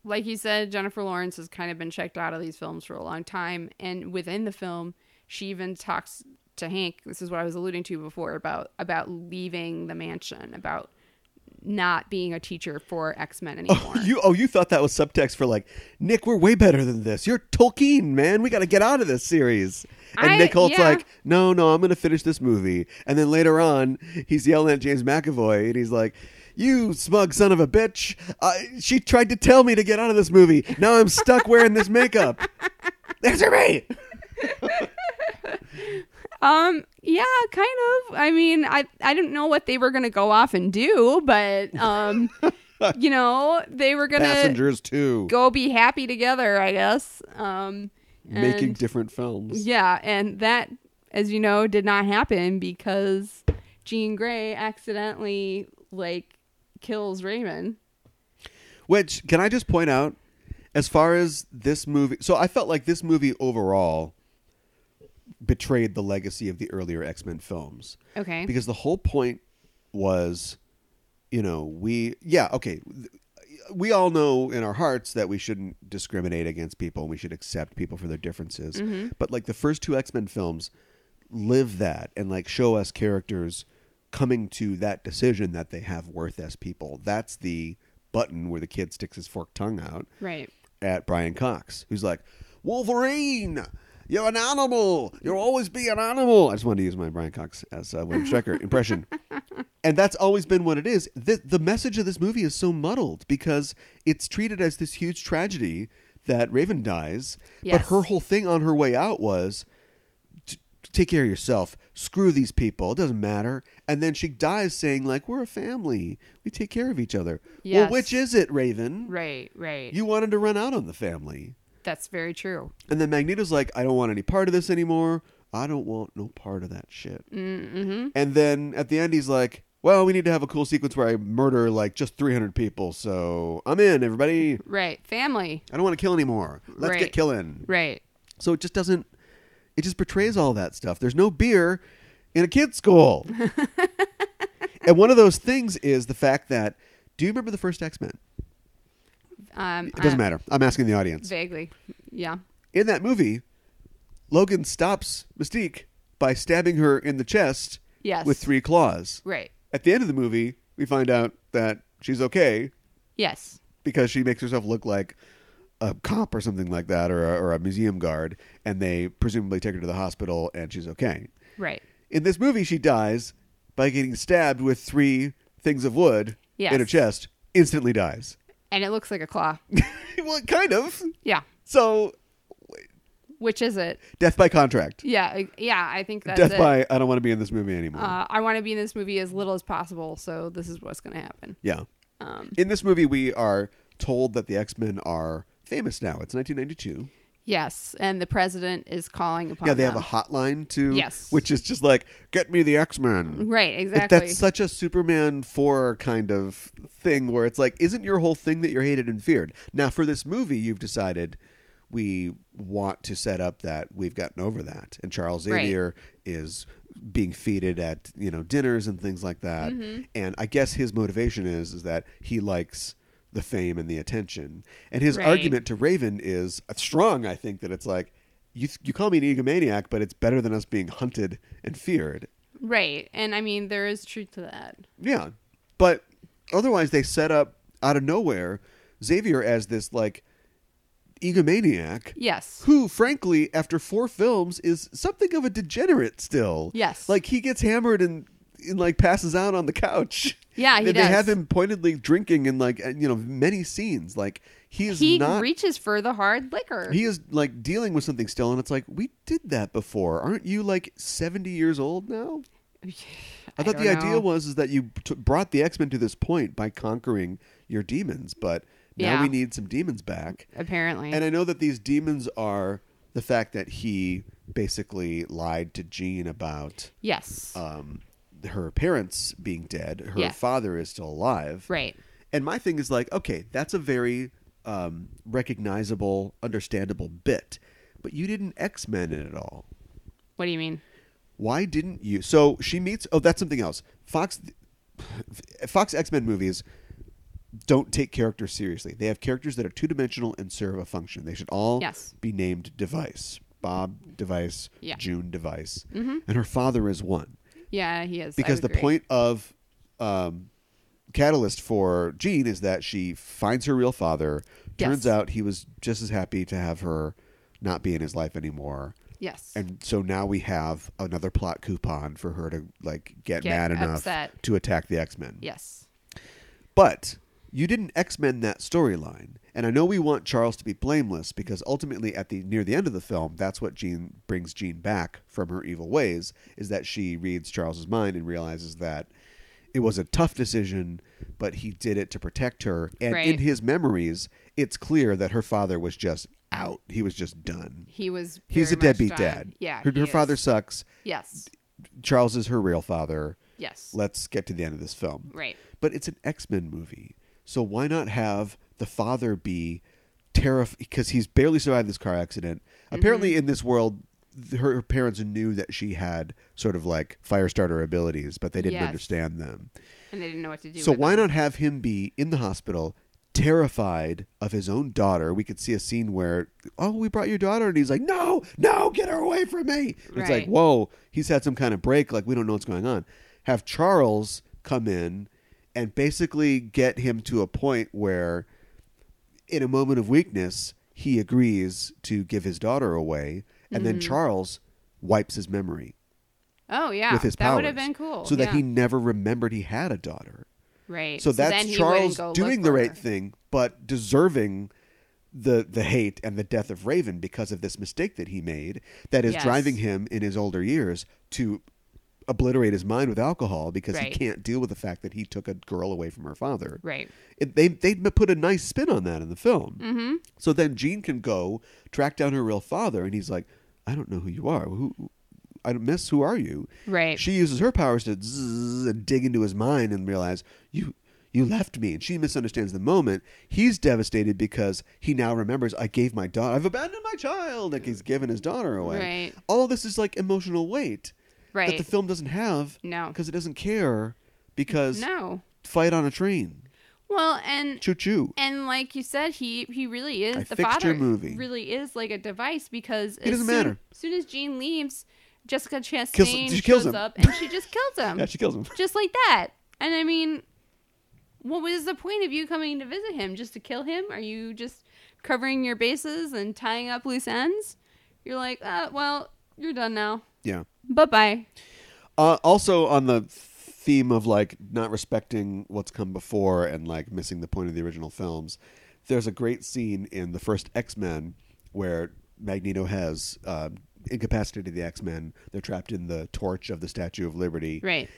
like you said, Jennifer Lawrence has kind of been checked out of these films for a long time. And within the film, she even talks to Hank. This is what I was alluding to before about about leaving the mansion, about not being a teacher for X [laughs] Men anymore. You oh, you thought that was subtext for like Nick? We're way better than this. You're Tolkien, man. We got to get out of this series. And I- Nick Holt's yeah. like, no, no, I'm going to finish this movie. And then later on, he's yelling at James McAvoy, and he's like, "You smug son of a bitch! Uh, she tried to tell me to get out of this movie. Now I'm stuck wearing this [laughs] makeup. Answer me." um, yeah, kind of. I mean, I I didn't know what they were gonna go off and do, but um, you know, they were gonna Passengers too, go be happy together, I guess. Um, making and- different films. Yeah, and that, as you know, did not happen because Jean Grey accidentally like kills Raymond. Which can I just point out, as far as this movie, so I felt like this movie overall betrayed the legacy of the earlier X Men films Okay. because the whole point was, you know, we yeah okay, th- we all know in our hearts that we shouldn't discriminate against people and we should accept people for their differences, but like the first two X Men films live that and like show us characters coming to that decision that they have worth as people. That's the button where the kid sticks his forked tongue out right. at Brian Cox, who's like, Wolverine, you're an animal. You'll always be an animal. I just wanted to use my Brian Cox as uh, William [laughs] Strecker impression. And that's always been what it is. The, the message of this movie is so muddled because it's treated as this huge tragedy that Raven dies. Yes. But her whole thing on her way out was "T- take care of yourself. Screw these people. It doesn't matter. And then she dies saying, like, we're a family. We take care of each other. Yes. Well, which is it, Raven? Right. Right. You wanted to run out on the family. That's very true. And then Magneto's like, I don't want any part of this anymore. I don't want no part of that shit. Mm-hmm. And then at the end, he's like, well, we need to have a cool sequence where I murder like just 300 people. So I'm in, everybody. Right. Family. I don't want to kill anymore. Let's Right. get killing. Right. So it just doesn't, it just betrays all that stuff. There's no beer in a kid's [laughs] school. and one of those things is the fact that, do you remember the first X Men? Um. It doesn't uh, matter. I'm asking the audience. Vaguely. Yeah. in that movie, Logan stops Mystique by stabbing her in the chest Yes. with three claws. Right. At the end of the movie, we find out that she's okay Yes. because she makes herself look like a cop or something like that or a, or a museum guard, and they presumably take her to the hospital and she's okay. Right. In this movie, she dies by getting stabbed with three things of wood Yes. in her chest, instantly dies. [laughs] And it looks like a claw. well, kind of. Yeah. So, Which is it? death by contract. Yeah. I- Yeah. I think that's death it. by, I don't want to be in this movie anymore. uh, I want to be in this movie as little as possible, so this is what's going to happen. Yeah. Um, In this movie, we are told that the X Men are famous now. It's 1992. Oh, Yes, and the president is calling upon. Yeah, they have a them. hotline to, Yes. which is just like, get me the X Men. Right, exactly. That's such a Superman 4 kind of thing where it's like, isn't your whole thing that you're hated and feared? Now, for this movie, you've decided we want to set up that we've gotten over that. And Charles Right. Xavier is being feted at, you know, dinners and things like that. Mm-hmm. And I guess his motivation is is that he likes the fame and the attention. And his Right. argument to Raven is strong, I think, that it's like, you, you call me an egomaniac, but it's better than us being hunted and feared. right, and I mean there is truth to that. Yeah. But otherwise they set up out of nowhere Xavier as this like egomaniac Yes, who frankly after four films is something of a degenerate still. Yes. Like he gets hammered and, and like passes out on the couch. Yeah, And he they does. have him pointedly drinking in like uh, you know many scenes. Like he is he not reaches for the hard liquor. he is like dealing with something still, and it's like we did that before. Aren't you like seventy years old now? [sighs] I thought don't the idea know. was is that you t- brought the X Men to this point by conquering your demons, but now Yeah. we need some demons back. apparently. And I know that these demons are the fact that he basically lied to Jean about yes. um, her parents being dead. Her Yeah. father is still alive. right. And my thing is like, okay, that's a very um, recognizable, understandable bit, but you didn't X Men it at all. What do you mean? Why didn't you? So she meets. Oh, that's something else. Fox, [sighs] Fox X Men movies don't take characters seriously. They have characters that are two dimensional and serve a function. They should all Yes. be named Device, Bob Device, Yeah. June Device, and her father is one Yeah, he is. I because would the agree. point of um, catalyst for Jean is that she finds her real father. Yes. Turns out he was just as happy to have her not be in his life anymore. Yes. And so now we have another plot coupon for her to like get, Get mad enough upset. to attack the X Men. yes. But you didn't X Men that storyline, and I know we want Charles to be blameless because ultimately, at the near the end of the film, that's what Jean brings Jean back from her evil ways is that she reads Charles's mind and realizes that it was a tough decision, but he did it to protect her. And in Right. his memories, it's clear that her father was just out; he was just done. He was. He's a very much deadbeat done. dad. Yeah. her, he her is. father sucks. Yes. Charles is her real father. Yes. Let's get to the end of this film. Right. But it's an X Men movie, so why not have the father be terrified because he's barely survived this car accident? Mm-hmm. Apparently, in this world, th- her, her parents knew that she had sort of like fire starter abilities, but they didn't Yes. understand them. And they didn't know what to do. So with why him. not have him be in the hospital? Terrified of his own daughter, we could see a scene where, oh, we brought your daughter, and he's like, no, no, get her away from me. And It's like, Right. whoa, he's had some kind of break. Like we don't know what's going on. Have Charles come in and basically get him to a point where, in a moment of weakness, he agrees to give his daughter away, and then Mm-hmm. Charles wipes his memory Oh yeah. with his that powers. would have been cool. so that yeah. he never remembered he had a daughter. Right. So then that's he wouldn't Charles go look doing the for right her. thing, but deserving the the hate and the death of Raven because of this mistake that he made that is Yes. driving him in his older years to obliterate his mind with alcohol because he Right. can't deal with the fact that he took a girl away from her father. Right. It, they they put a nice spin on that in the film. Mm-hmm. So then Jean can go track down her real father, and he's like, "I don't know who you are. Who, I don't miss. Who are you?" Right. She uses her powers to zzz and dig into his mind and realize you you left me, and she misunderstands the moment. He's devastated because he now remembers I gave my daughter. I've abandoned my child. Like he's given his daughter away. Right. All this is like emotional weight that Right. the film doesn't have. No. because it doesn't care. Because No. fight on a train. Well, and Choo choo. and like you said, he he really is I the fixed father. your movie. Really is like a device because It as doesn't soon, matter. As soon as Jean leaves, Jessica Chastain Kills- she shows kills him. up and she just kills him, [laughs] Yeah, she kills him. just like that. And I mean, what was the point of you coming to visit him? Just to kill him? Are you just covering your bases and tying up loose ends? You're like, uh, well, you're done now. Yeah. Bye bye. Uh, also on the theme of like not respecting what's come before and like missing the point of the original films, there's a great scene in the first X Men where Magneto has uh, incapacitated the X Men. They're trapped in the torch of the Statue of Liberty. Right.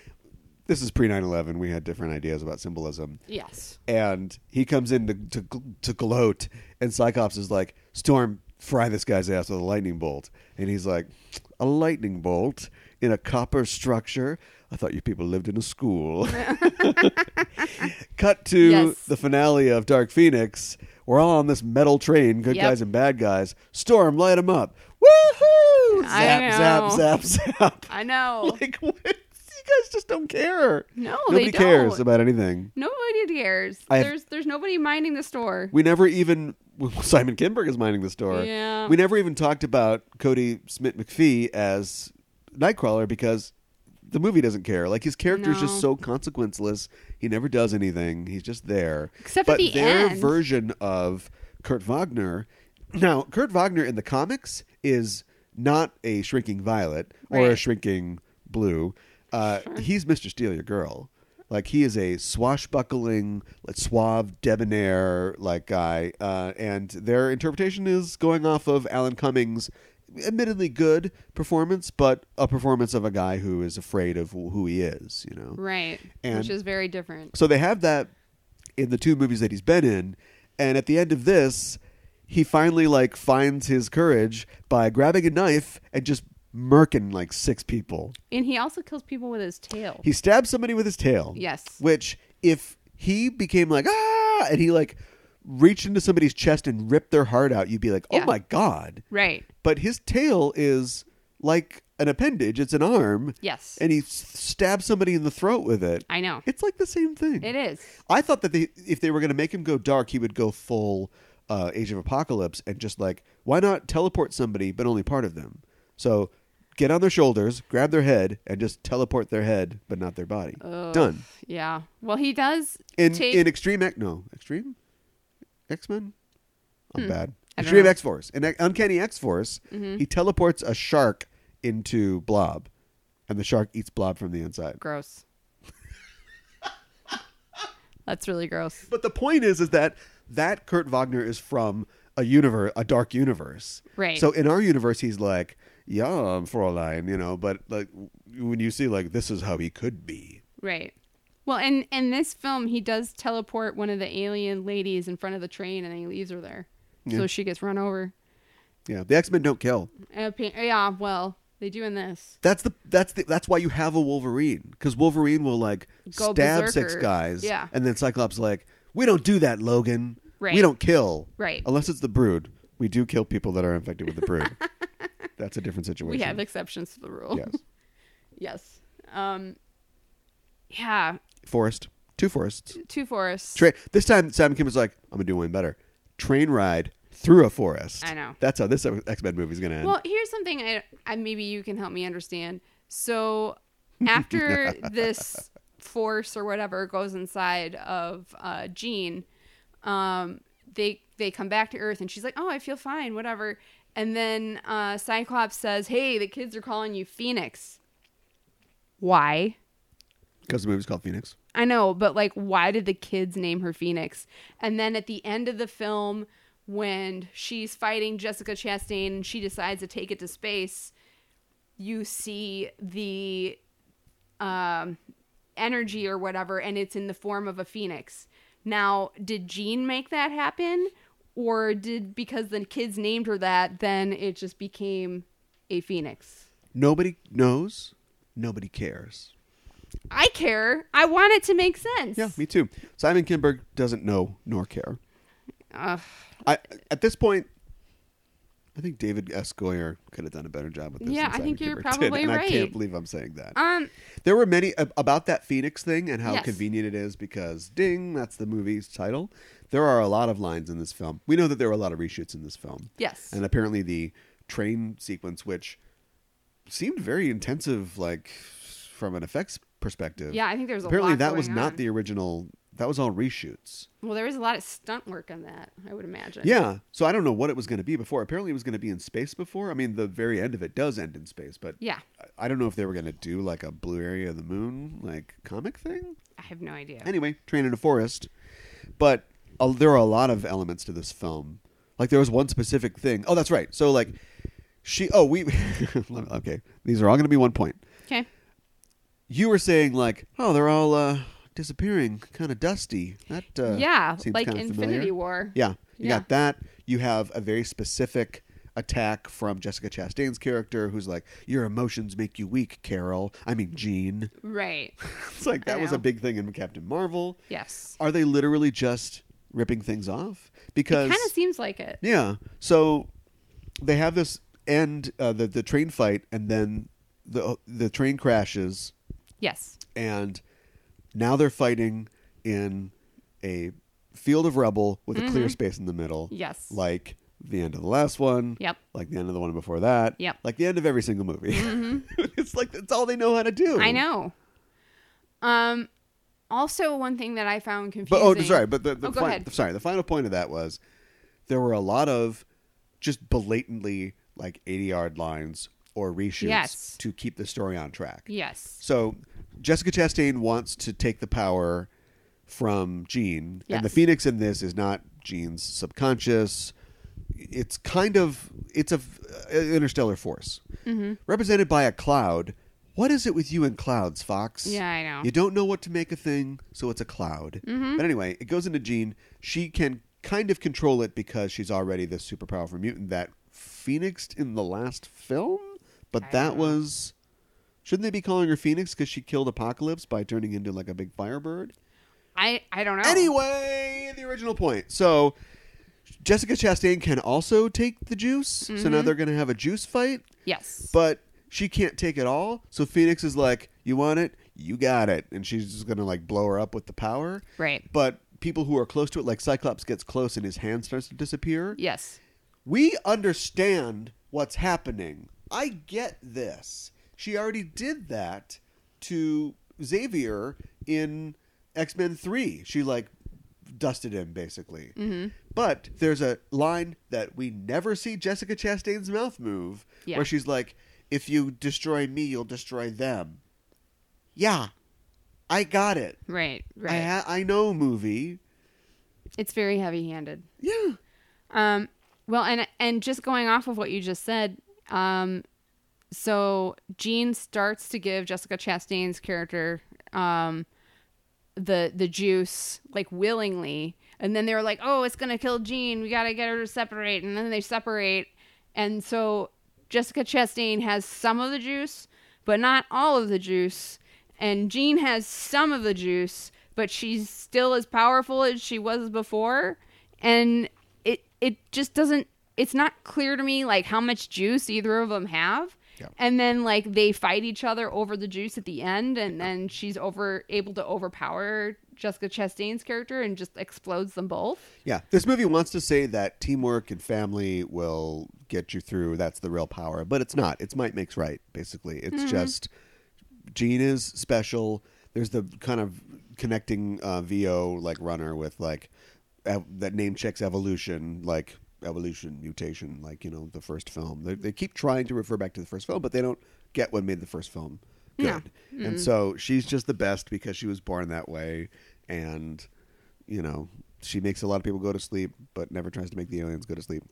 This is pre 9 11. We had different ideas about symbolism. Yes. And he comes in to, to, gl- to gloat, and Cyclops is like, Storm, fry this guy's ass with a lightning bolt. And he's like, A lightning bolt in a copper structure? I thought you people lived in a school. [laughs] Cut to Yes. the finale of Dark Phoenix. We're all on this metal train, good Yep. guys and bad guys. Storm, light him up. Woohoo! I Zap, know. zap, zap, zap. I know. [laughs] Like, what? you guys just don't care. No, Nobody they don't. cares about anything. Nobody cares. I have- there's there's nobody minding the store. We never even [laughs] Simon Kinberg is minding the store. Yeah. We never even talked about Cody Smith McPhee as Nightcrawler because the movie doesn't care. Like his character is No. just so consequenceless. He never does anything. He's just there. Except at but the their end. version of Kurt Wagner. Now, Kurt Wagner in the comics is not a shrinking violet or a Right. shrinking blue. Uh, He's Mr. Steal Your Girl. Like he is a swashbuckling, like suave, debonair like guy, uh, and their interpretation is going off of Alan Cummings' admittedly good performance, but a performance of a guy who is afraid of wh- who he is. You know, Right. And- Which is very different. so they have that in the two movies that he's been in, and at the end of this, he finally like finds his courage by grabbing a knife and just murking like six people. And he also kills people with his tail. He stabs somebody with his tail. Yes. Which if he became like ah and he like reached into somebody's chest and ripped their heart out, you'd be like, "Oh Yeah. my god." Right. But his tail is like an appendage, it's an arm. Yes. And he s- stabs somebody in the throat with it. I know. It's like the same thing. It is. I thought that they, if they were going to make him go dark, he would go full uh, Age of Apocalypse and just like, why not teleport somebody, but only part of them? So get on their shoulders, grab their head, and just teleport their head, but not their body. Done. Yeah. Well, he does In take in Extreme X, no Extreme X Men. I'm bad. Hmm. I don't Extreme know. Mm-hmm. X Force in Ex- Uncanny X Force, he teleports a shark into Blob, and the shark eats Blob from the inside. gross. That's really gross. But the point is, is that that Kurt Wagner is from a universe, a dark universe. Right. So in our universe, he's like, yeah, I'm Fräulein, you know. But like when you see like this is how he could be. Right. Well, and in this film, he does teleport one of the alien ladies in front of the train, and he leaves her there, so she gets run over. Yeah. The X Men don't kill. Uh, pa- yeah. Well, they do in this. That's the that's the that's why you have a Wolverine because Wolverine will like Go stab six berserker. guys. Yeah. And then Cyclops like, we don't do that, Logan. Right. We don't kill. Right. Unless it's the Brood. We do kill people that are infected with the [laughs] Brood. that's a different situation. We have exceptions to the rule. Yes. [laughs] yes. Um. Yeah. Forest. Two forests. Two forests. Tra- this time, Simon Kim was like, "I'm gonna do one better." Train ride through a forest. I know. That's how this X Men movie's gonna end. Well, here's something I, I maybe you can help me understand. So after this force or whatever goes inside of uh, Jean, um, they they come back to Earth and she's like, "Oh, I feel fine, whatever." And then uh, Cyclops says, "Hey, the kids are calling you Phoenix." Why? Because the movie's called Phoenix. I know, but like, why did the kids name her Phoenix? And then at the end of the film, when she's fighting Jessica Chastain and she decides to take it to space, you see the um, energy or whatever, and it's in the form of a phoenix. Now, did Jean make that happen? Or did because the kids named her that, then it just became a phoenix? Nobody knows. Nobody cares. I care. I want it to make sense. Yeah, me too. Simon Kinberg doesn't know nor care. Ugh. I at this point, I think David S. Goyer could have done a better job with this. Yeah, than I Simon think you're Kinberg did, probably and I can't right. believe I'm saying that. Um, There were many ab- about that Phoenix thing and how Yes. convenient it is because ding, that's the movie's title. There are a lot of lines in this film. We know that there were a lot of reshoots in this film. yes. And apparently the train sequence which seemed very intensive like from an effects perspective. Yeah, I think there's a apparently lot that was going not on. the original that was all reshoots. Well, there was a lot of stunt work on that, I would imagine. Yeah. So I don't know what it was going to be before. Apparently it was going to be in space before. I mean the very end of it does end in space, but Yeah. I- I don't know if they were going to do like a blue area of the moon like comic thing. I have no idea. anyway, train in a forest. But uh, there are a lot of elements to this film. Like there was one specific thing. Oh, that's right. So like she. Oh, we. [laughs] okay, these are all going to be one point. Okay. You were saying like, oh, they're all uh, disappearing, kind of dusty. That uh, yeah, seems like kinda Infinity familiar. War. Yeah, you Yeah. got that. You have a very specific attack from Jessica Chastain's character, who's like, "Your emotions make you weak, Carol." I mean, Jean. [laughs] Right. It's like that was a know. big thing in Captain Marvel. Yes. Are they literally just ripping things off? Because Kind of seems like it. yeah, so they have this end uh, the the train fight, and then the the train crashes, Yes. and now they're fighting in a field of rubble with a Mm-hmm. clear space in the middle. Yes. like the end of the last one. Yep. Like the end of the one before that. Yep. Mm-hmm. Like the end of every single movie. [laughs] it's like that's all they know how to do. I know. Um also one thing that I found But confusing. oh, sorry. But the, the Oh, go fin- ahead. sorry. The final point of that was there were a lot of just blatantly like eighty yard lines or reshoots Yes. to keep the story on track. Yes. So Jessica Chastain wants to take the power from Jean, and the Yes. Phoenix in this is not Jean's subconscious. It's kind of it's a uh, interstellar force represented by a cloud. What is it with you and clouds, Fox? Yeah, I know. Mm-hmm. You don't know what to make a thing, so it's a cloud. But anyway, it goes into Jean. She can kind of control it because she's already this super powerful mutant that phoenixed in the last film. But that was Shouldn't they be calling her Phoenix because she killed Apocalypse by turning into like a big firebird? I I don't know. Anyway, the original point. So Jessica Chastain can also take the juice. So Mm-hmm. now they're going to have a juice fight, Yes. but she can't take it all. So Phoenix is like, "You want it? You got it." And she's just going to like blow her up with the power. right. But people who are close to it like Cyclops gets close and his hand starts to disappear. Yes. We understand what's happening. I get this. She already did that to Xavier in X Men 3. She, like, dusted him, basically. Mm-hmm. But there's a line that we never see Jessica Chastain's mouth move Yeah. where she's like, If you destroy me, you'll destroy them. Yeah, I got it. Right. Right. I, ha- I know, movie. it's very heavy-handed. Yeah. Um, well, and and just going off of what you just said, um, so Jean starts to give Jessica Chastain's character um, the the juice like willingly, and then they were like, "Oh, it's gonna kill Jean. We gotta get her to separate." And then they separate, and so Jessica Chastain has some of the juice, but not all of the juice, and Jean has some of the juice, but she's still as powerful as she was before, and it it just doesn't it's not clear to me like how much juice either of them have Yeah. and then like they fight each other over the juice at the end and then she's over able to overpower jessica chastain's character and just explodes them both [laughs] Yeah, this movie wants to say that teamwork and family will get you through. That's the real power, but it's not. It's might makes right. Basically, it's just Gene is special. There's the kind of connecting uh, VO like runner with like ev- that name checks evolution, like evolution mutation, like you know the first film. They, they keep trying to refer back to the first film, but they don't get what made the first film good. No. And so she's just the best because she was born that way, and you know she makes a lot of people go to sleep, but never tries to make the aliens go to sleep.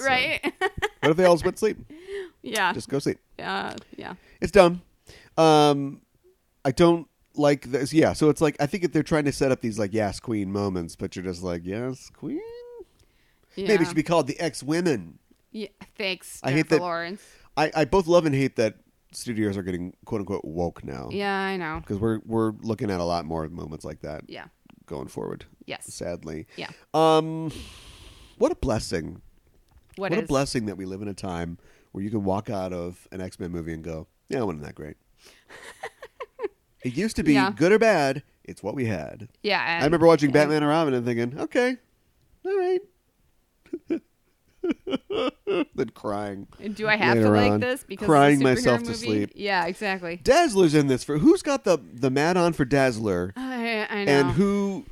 right What if they all just went to sleep? [laughs] yeah Just go sleep. uh, yeah It's dumb. Um, I don't like this. Yeah, so it's like I think if they're trying to set up these like yes queen moments, but you're just like yes queen. yeah Maybe it should be called the ex women. yeah, thanks I I hate hate that- lawrence I, I both love and hate that studios are getting quote unquote woke now. yeah i know because we're we're looking at a lot more moments like that yeah going forward. yes Sadly, yeah um, what a blessing! what, what is a blessing that we live in a time where you can walk out of an X Men movie and go, "Yeah, it wasn't that [laughs] great." it used to be Yeah. good or bad. It's what we had. yeah I remember watching Batman and Robin and thinking, "Okay, all right." [laughs] then crying. do i have to later like on, this because it's a crying superhero myself to movie? sleep. yeah exactly Dazzler's in this for who's got the the mad on for Dazzler? i, I know and who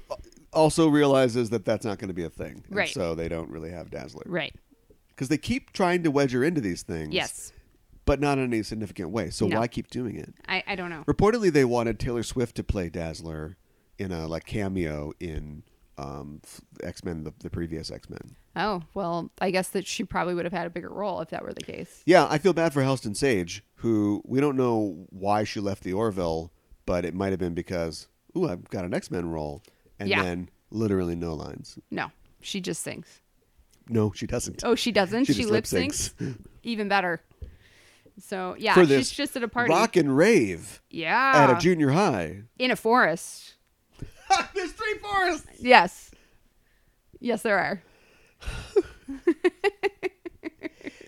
also realizes that that's not going to be a thing. And Right. so they don't really have Dazzler right because they keep trying to wedge her into these things. yes but not in any significant way. So No. why keep doing it? i i don't know Reportedly, they wanted Taylor Swift to play Dazzler in a like cameo in um, X Men, the, the previous X Men. Oh, well, I guess that she probably would have had a bigger role if that were the case. Yeah, I feel bad for Helston Sage, who we don't know why she left the Orville, but it might have been because ooh, I've got an X Men role, and Yeah. then literally no lines. No, she just sings. No, she doesn't. Oh, she doesn't? She She, just lip lip syncs? [laughs] Even better. So, yeah, For this she's just at a party. Rock and rave yeah. at a junior high. in a forest. There's three forests. Yes. Yes, there are.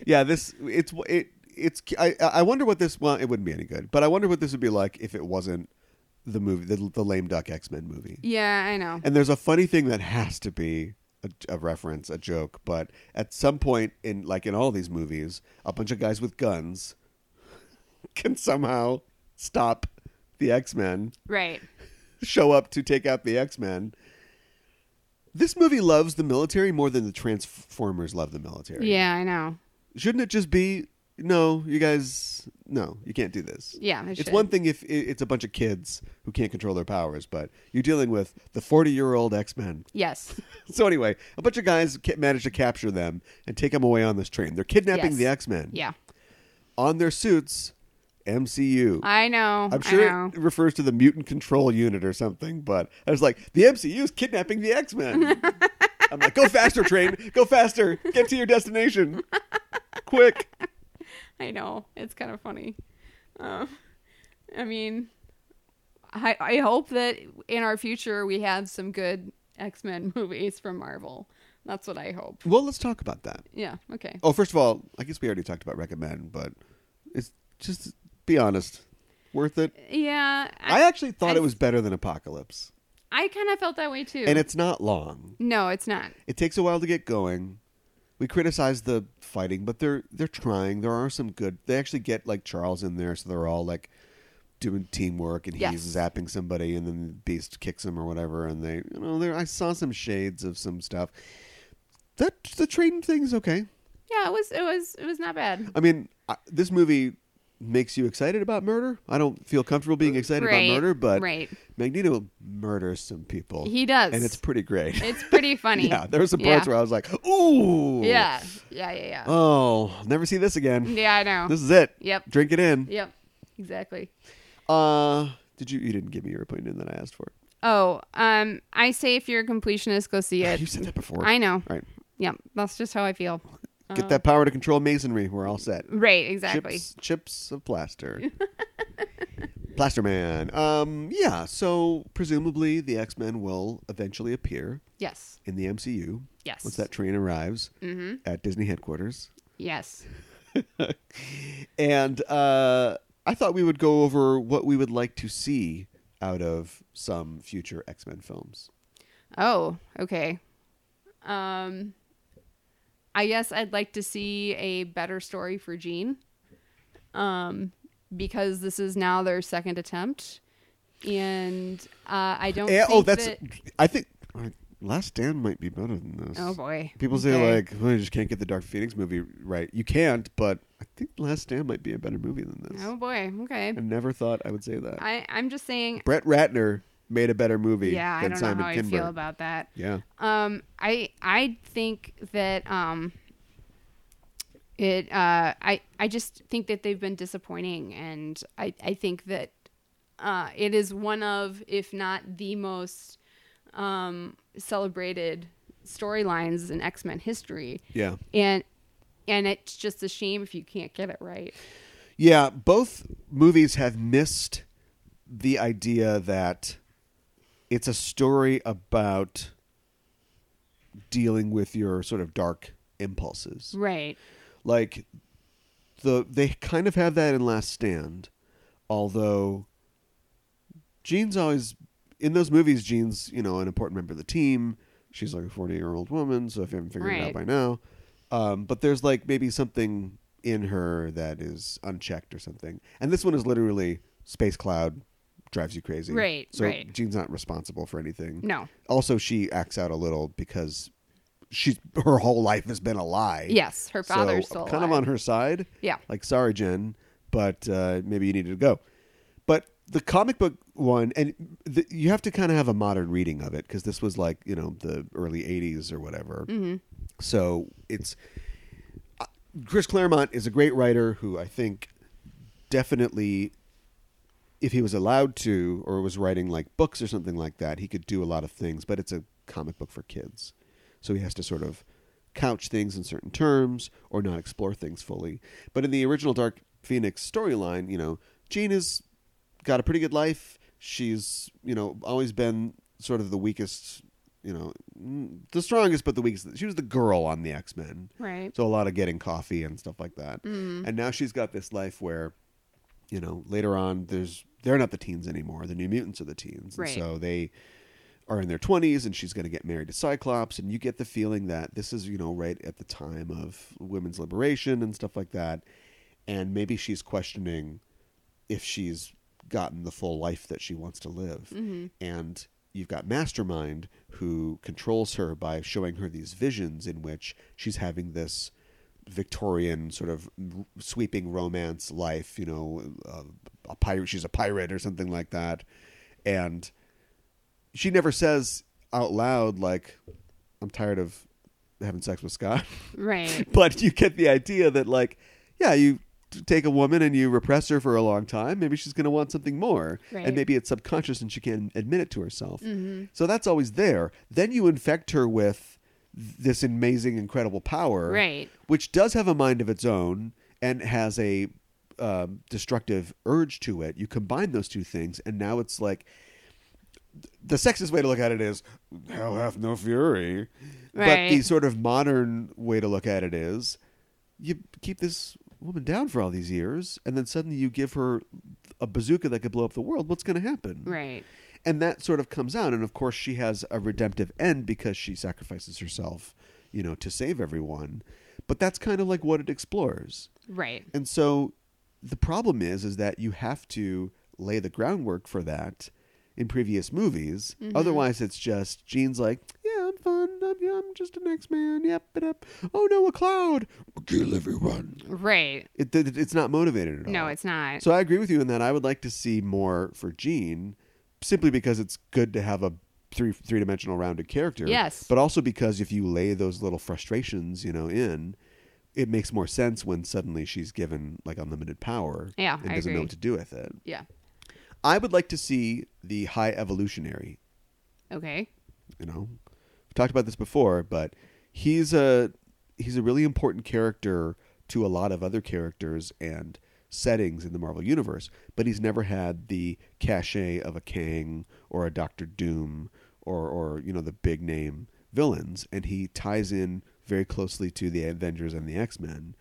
Yeah, this it's it it's I I wonder what this well it wouldn't be any good, but I wonder what this would be like if it wasn't the movie the, the lame duck X Men movie. Yeah, I know. And there's a funny thing that has to be a, a reference, a joke, but at some point in like in all these movies, a bunch of guys with guns [laughs] can somehow stop the X Men Right. show up to take out the X Men. This movie loves the military more than the Transformers love the military. Yeah, I know. Shouldn't it just be no, you guys, no, you can't do this. Yeah, I it's should. one thing if i- it's a bunch of kids who can't control their powers, but you're dealing with the 40 year old X Men. Yes. [laughs] So anyway, a bunch of guys ca- manage to capture them and take them away on this train. They're kidnapping Yes. the X Men Yeah. on their suits. MCU. I know. I'm I know. sure it refers to the mutant control unit or something, but I was like, the MCU is kidnapping the X [laughs] Men. I'm like, go faster, train, go faster, get to your [laughs] destination, quick. I know. It's kind of funny. Um, I mean, I I hope that in our future we have some good X Men [laughs] movies from Marvel. That's what I hope. Well, let's talk about that. Yeah. Okay. Oh, first of all, I guess we already talked about recommend, but it's just be honest, worth it. Yeah. I I actually thought I- it was better than Apocalypse, I kind of felt that way too. and it's not long. no, it's not. It takes a while to get going. We criticize the fighting, but they're they're trying. There are some good. They actually get like Charles in there, so they're all like doing teamwork, and Yes. he's zapping somebody, and then the Beast kicks him or whatever, and they you know there. I saw some shades of some stuff. That the train thing's okay. Yeah. It was. It was. It was not bad. I mean, I, this movie makes you excited about murder. I don't feel comfortable being excited Right, about murder, but right. Magneto murders some people. He does. and it's pretty great. [laughs] It's pretty funny. yeah, there were some parts Yeah. where I was like, "Ooh, Yeah. Yeah. Yeah. Yeah. oh, I'll never see this again. yeah. I know. This is it. Yep. drink it in." Yep. Exactly. Uh, did you? You didn't give me your opinion that I asked for. Oh, um, I say if you're a completionist, go see [laughs] You it. said that before. I know. Uh-huh. All right, Yeah, that's just how I feel. get that power to control masonry. We're all set. Right, exactly. Chips, chips of [laughs] plaster. plaster man. Um, yeah. So presumably the X Men will eventually appear Yes. in the MCU Yes. Mm-hmm. once that train arrives at Disney headquarters. Yes. And uh, I thought we would go over what we would like to see out of some future X Men films. Oh, okay. Um, I guess I'd like to see a better story for Jean, um, because this is now their second attempt, and uh, I don't. Eh, oh, think that's. that- I think uh, Last Stand might be better than this. Oh boy. People say Okay. like, "Oh, you just can't get the Dark Phoenix movie right." You can't, but I think Last Stand might be a better movie than this. Oh boy. Okay. I never thought I would say that. I I'm just saying. Brett Ratner made a better movie Yeah, I than don't know Simon how Kinberg. I feel about that. yeah. Um, I I think that um, it uh, I I just think that they've been disappointing, and I I think that uh, it is one of, if not the most um, celebrated storylines in X Men history, Yeah. and and it's just a shame if you can't get it right. Yeah, both movies have missed the idea that it's a story about dealing with your sort of dark impulses. Right. Like the they kind of have that in Last Stand, although Jean's always in those movies. Jean's you know an important member of the team. She's like a forty-year-old woman, so if you haven't figured it out Right. by now, um, but there's like maybe something in her that is unchecked or something. And this one is literally space cloud drives you crazy, Right, So right. Jean's not responsible for anything. No. Also, she acts out a little because she's her whole life has been a lie. Yes, her father's So, still kind of alive. on her side. Yeah. Like, sorry, Jen, but uh, maybe you needed to go. But the comic book one, and the, you have to kind of have a modern reading of it because this was like, you know, the early 80s or whatever. Mm-hmm. So it's. uh, Chris Claremont is a great writer who I think definitely if he was allowed to or was writing like books or something like that, he could do a lot of things, but it's a comic book for kids. So he has to sort of couch things in certain terms or not explore things fully. But in the original Dark Phoenix storyline, you know, Jean has got a pretty good life. She's, you know, always been sort of the weakest, you know, mm, the strongest, but the weakest. She was the girl on the X Men. Right. Mm-hmm. So a lot of getting coffee and stuff like that. And now she's got this life where, you know, later on there's they're not the teens anymore. The New Mutants are the teens, Right. and so they are in their twenties, and she's going to get married to Cyclops, and you get the feeling that this is you know right at the time of women's liberation and stuff like that, and maybe she's questioning if she's gotten the full life that she wants to live. And you've got Mastermind who controls her by showing her these visions in which she's having this Victorian sort of r- sweeping romance life. You know, uh, a pirate. She's a pirate or something like that, and she never says out loud like, "I'm tired of having sex with Scott." [laughs] Right. [laughs] but you get the idea that like yeah you t- take a woman and you repress her for a long time maybe she's going to want something more Right. and maybe it's subconscious and she can't admit it to herself so that's always there then you infect her with this amazing incredible power Right. which does have a mind of its own and has a um, destructive urge to it you combine those two things and now it's like the sexist way to look at it is hell hath no fury but Right. the sort of modern way to look at it is you keep this woman down for all these years and then suddenly you give her a bazooka that could blow up the world what's going to happen Right. and that sort of comes out and of course she has a redemptive end because she sacrifices herself you know to save everyone but that's kind of like what it explores Right. and so the problem is is that you have to lay the groundwork for that in previous movies. Otherwise it's just Gene's like, Yeah, I'm fun. I'm, yeah, I'm just an X Man. Yep, but up. Oh no, a cloud. Kill everyone. Right. It, it, it's not motivated at all. No, Uh, it's not. So I agree with you in that I would like to see more for Gene, simply because it's good to have a three three dimensional rounded character. Yes. But also because if you lay those little frustrations, you know, in, it makes more sense when suddenly she's given like unlimited power. Yeah, And I doesn't know agree. what to do with it. yeah. I would like to see the high evolutionary Okay. you know we've talked about this before but he's a he's a really important character to a lot of other characters and settings in the marvel universe but he's never had the cachet of a kang or a doctor doom or or you know the big name villains and he ties in very closely to the avengers and the x-men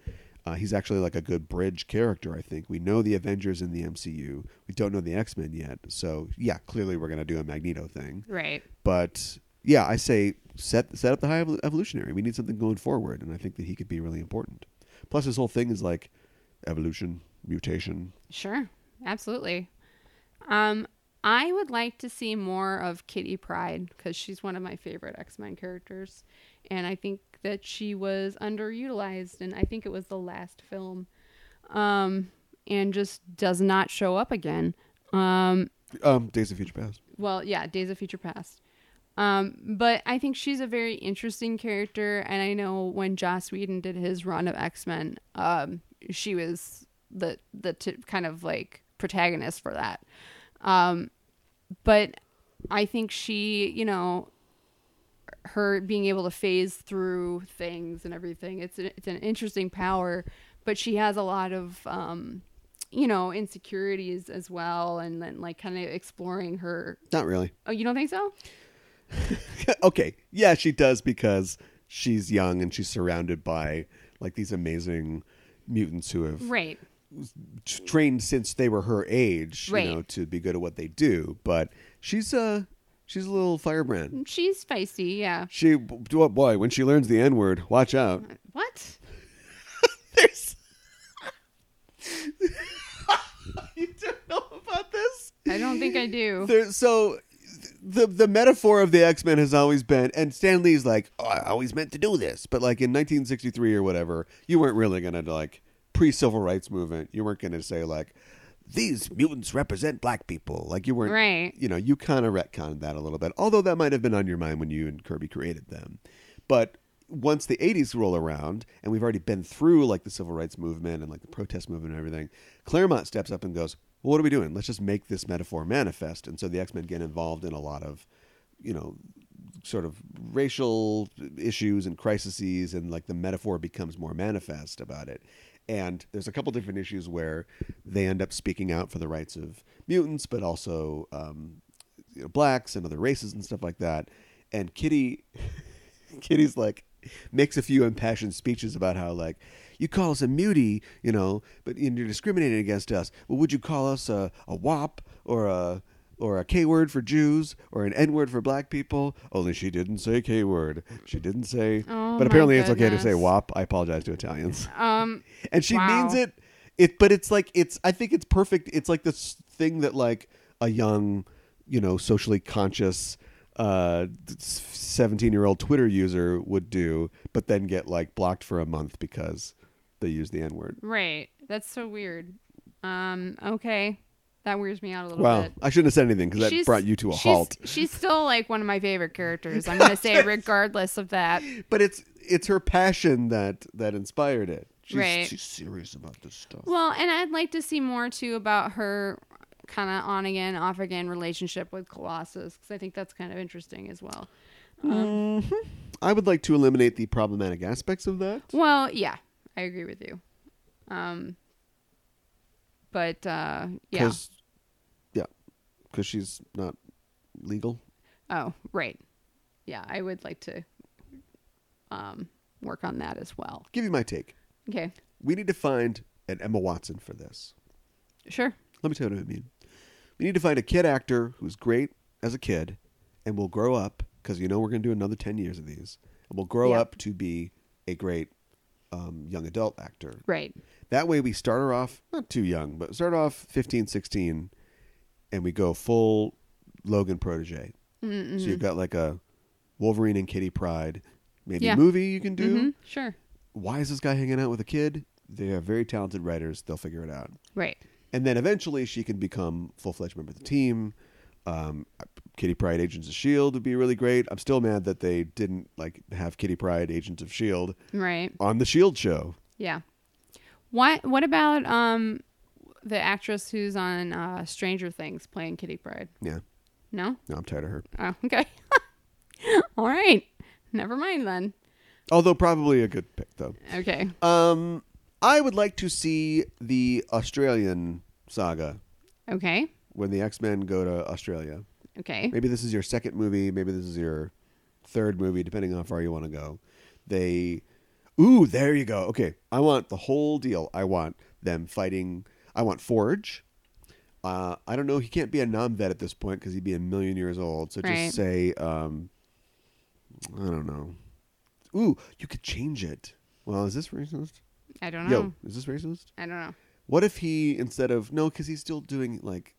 uh, he's actually like a good bridge character, I think. We know the Avengers in the MCU. We don't know the X Men yet. So, yeah, clearly we're going to do a Magneto thing Right. but yeah, I say set set up the high evol- evolutionary. We need something going forward, and I think that he could be really important. Plus, this whole thing is like evolution, mutation. Sure. Absolutely. Um, I would like to see more of Kitty Pride because she's one of my favorite X Men characters, and I think that she was underutilized, and I think it was the last film, um, and just does not show up again. Um, Um, Days of Future Past. well, yeah, Days of Future Past. Um, but I think she's a very interesting character, and I know when Joss Whedon did his run of X Men, um, she was the the t- kind of like protagonist for that. Um, but I think she, you know, her being able to phase through things and everything. It's a, it's an interesting power, but she has a lot of um, you know insecurities as well, and then like kind of exploring her. Not really. Oh, you don't think so? okay, yeah, she does because she's young and she's surrounded by like these amazing mutants who have Right. t- trained since they were her age, Right. you know, to be good at what they do. But she's a she's a little firebrand. She's feisty. Yeah. She, oh boy, when she learns the N word, watch out. What? There's. [laughs] you don't know about this? I don't think I do. There, so, the the metaphor of the X Men has always been, and Stan Lee's like, oh, I always meant to do this, but like in 1963 or whatever, you weren't really gonna like pre civil rights movement. You weren't gonna say like, these mutants represent black people. Like you weren't [laughs] Right. you know, you kind of retconned that a little bit, although that might have been on your mind when you and Kirby created them. But once the 80s roll around, and we've already been through like the civil rights movement and like the protest movement and everything, Claremont steps up and goes, Well, what are we doing? Let's just make this metaphor manifest. And so the X Men get involved in a lot of, you know, sort of racial issues and crises, and like the metaphor becomes more manifest about it. And there's a couple different issues where they end up speaking out for the rights of mutants, but also um, you know, blacks and other races and stuff like that. And Kitty, Kitty's like makes a few impassioned speeches about how like you call us a mutie, you know, but and you're discriminating against us. Well, would you call us a a wop or a or a K word for Jews or an N word for black people? Only she didn't say K word. She didn't say. Oh, but my apparently it's okay to goodness. say wop. I apologize to Italians Um. and she Wow. means it. It, but it's like it's. I think it's perfect. It's like this thing that like a young, you know, socially conscious, uh, s- 17 year old Twitter user would do, but then get like blocked for a month because they use the N word. Right. That's so weird. Um, okay. That weirds me out a little Wow. bit. I shouldn't have said anything because that She's- brought you to a she's- halt. She's still like one of my favorite characters. I'm going [laughs] to say, regardless of that. But it's it's her passion that that inspired it. She's, Right. she's serious about this stuff. Well, and I'd like to see more too about her kind of on again, off again relationship with Colossus because I think that's kind of interesting as well. um, Mm-hmm. I would like to eliminate the problematic aspects of that. Well, yeah, I agree with you. Um, but uh, yeah. 'Cause- yeah, because she's not legal. Oh, right. Yeah, I would like to um, work on that as well. Give you my take. Okay, We need to find an Emma Watson for this. sure. Let me tell you what I mean. We need to find a kid actor who's great as a kid and will grow up because you know we're going to do another 10 years of these and will grow Yeah. up to be a great um, young adult actor. Right. That way we start her off, not too young, but start off 15, 16 and we go full Logan protege. So you've got like a Wolverine and Kitty Pride, maybe Yeah. a movie you can do. hmm Sure. Why is this guy hanging out with a kid? They are very talented writers. They'll figure it out Right. and then eventually she can become full fledged member of the team. Um, Kitty Pride Agents of Shield E would be really great. I'm still mad that they didn't like have Kitty Pride Agents of Shield Right. E on the Shield E show. Yeah. What What about um the actress who's on uh, Stranger Things playing Kitty Pryde? Yeah, No. no, I'm tired of her. Oh, [laughs] okay. All right. Never mind then. Although probably a good pick though. Okay. Um, I would like to see the Australian saga Okay. when the X Men go to Australia. Okay. Maybe this is your second movie. Maybe this is your third movie, depending on how far you want to go. They, ooh, there you go. Okay, I want the whole deal. I want them fighting. I want Forge. Uh, I don't know. He can't be a non vet at this point because he'd be a million years old. So just Right. say, um, I don't know. Ooh, you could change it. Well, is this racist? I don't know. Yo, is this racist? I don't know. What if he instead of no, because he's still doing like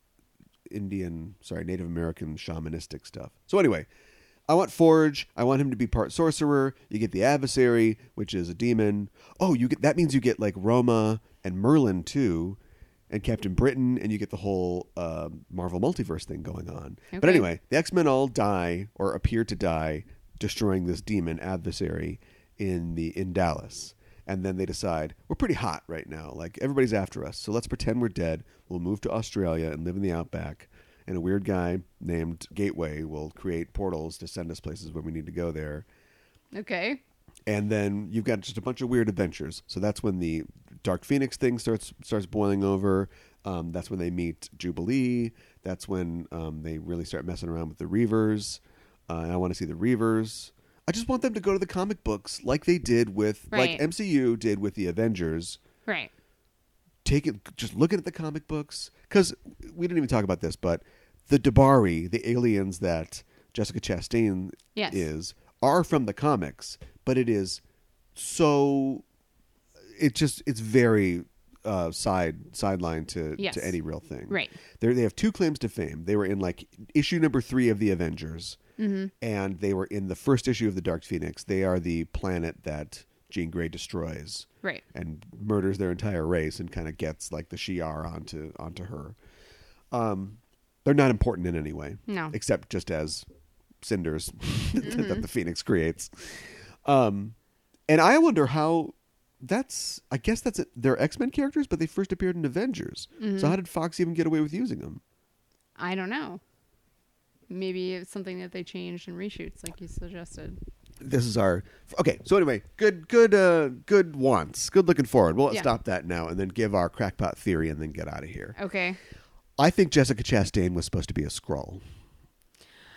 Indian, sorry, Native American shamanistic stuff. So anyway, I want Forge. I want him to be part sorcerer. You get the adversary, which is a demon. Oh, you get that means you get like Roma and Merlin too, and Captain Britain, and you get the whole uh, Marvel multiverse thing going on. But Okay. anyway, the X Men all die or appear to die, destroying this demon adversary in the in Dallas. And then they decide we're pretty hot right now. Like everybody's after us, so let's pretend we're dead. We'll move to Australia and live in the outback. And a weird guy named Gateway will create portals to send us places where we need to go there. Okay. And then you've got just a bunch of weird adventures. So that's when the Dark Phoenix thing starts starts boiling over. Um, that's when they meet Jubilee. That's when um, they really start messing around with the Reavers. Uh, and I want to see the Reavers. I just want them to go to the comic books like they did with, Right. like MCU did with the Avengers Right. take it just looking at the comic books because we didn't even talk about this but the debari the aliens that jessica chastain Yes. is are from the comics but it is so it just it's very uh, side sideline to Yes. to any real thing Right. they they have two claims to fame they were in like issue number three of the avengers Mm-hmm. and they were in the first issue of the dark phoenix they are the planet that jean grey destroys Right. and murders their entire race and kind of gets like the Shi'ar onto onto her. Um, they're not important in any way, No. except just as cinders [laughs] that the Phoenix creates. Um, and I wonder how that's. I guess that's it. They're X Men characters, but they first appeared in Avengers. So how did Fox even get away with using them? I don't know. Maybe it's something that they changed in reshoots, like you suggested. this is our okay. So anyway, good, good, uh, good wants, good looking forward. We'll Yeah. stop that now and then give our crackpot theory and then get out of here. Okay. I think Jessica Chastain was supposed to be a scroll.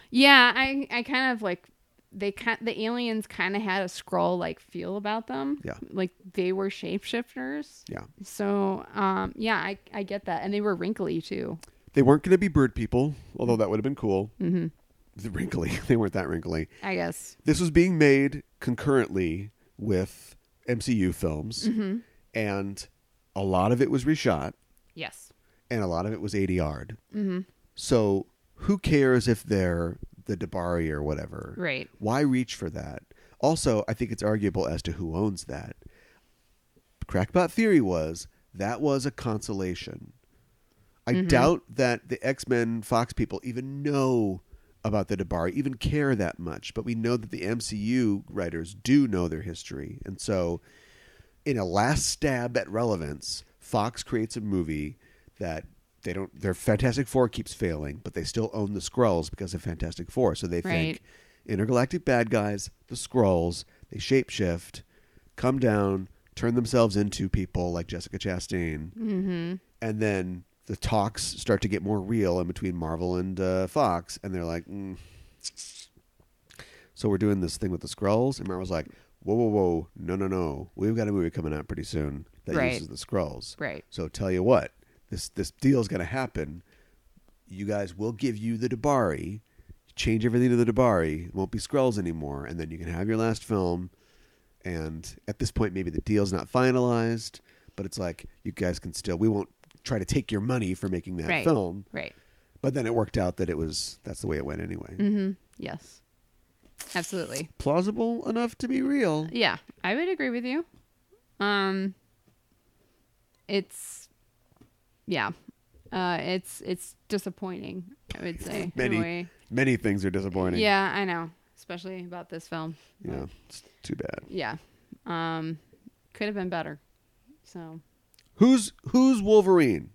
Yeah, I I kind of like they kind the aliens kind of had a scroll like feel about them. Yeah. Like they were shapeshifters. Yeah. So, um yeah, I I get that. And they were wrinkly too. They weren't going to be bird people, although that would have been cool. Mm-hmm. The wrinkly. [laughs] they weren't that wrinkly. I guess. This was being made concurrently with MCU films, and a lot of it was reshot, Yes. and a lot of it was 80 yard. Mm-hmm. So who cares if they're the Debari or whatever. Right. Why reach for that? Also, I think it's arguable as to who owns that. Crackpot theory was that was a consolation. I doubt that the X Men Fox people even know about the Debari, even care that much. But we know that the MCU writers do know their history, and so in a last stab at relevance, Fox creates a movie that they don't. Their Fantastic Four keeps failing, but they still own the Skrulls because of Fantastic Four. So they think Right. intergalactic bad guys, the Skrulls. They shapeshift, come down, turn themselves into people like Jessica Chastain, mm-hmm. and then the talks start to get more real in between Marvel and uh, Fox, and they're like. Mm, so we're doing this thing with the scrolls and Marvel's like whoa whoa whoa no no no we've got a movie coming out pretty soon that Right. uses the scrolls Right. so tell you what this this deal's going to happen you guys will give you the debari change everything to the debari it won't be scrolls anymore and then you can have your last film and at this point maybe the deal's not finalized but it's like you guys can still we won't try to take your money for making that Right. film Right. but then it worked out that it was that's the way it went anyway Mm-hmm. Yes. Absolutely. plausible enough to be real Yeah, I would agree with you. Um it's yeah. Uh it's it's disappointing, I would say. in a many way. many things are disappointing. Yeah, I know, especially about this film. yeah, it's too bad. Yeah. Um could have been better. So, Who's who's Wolverine?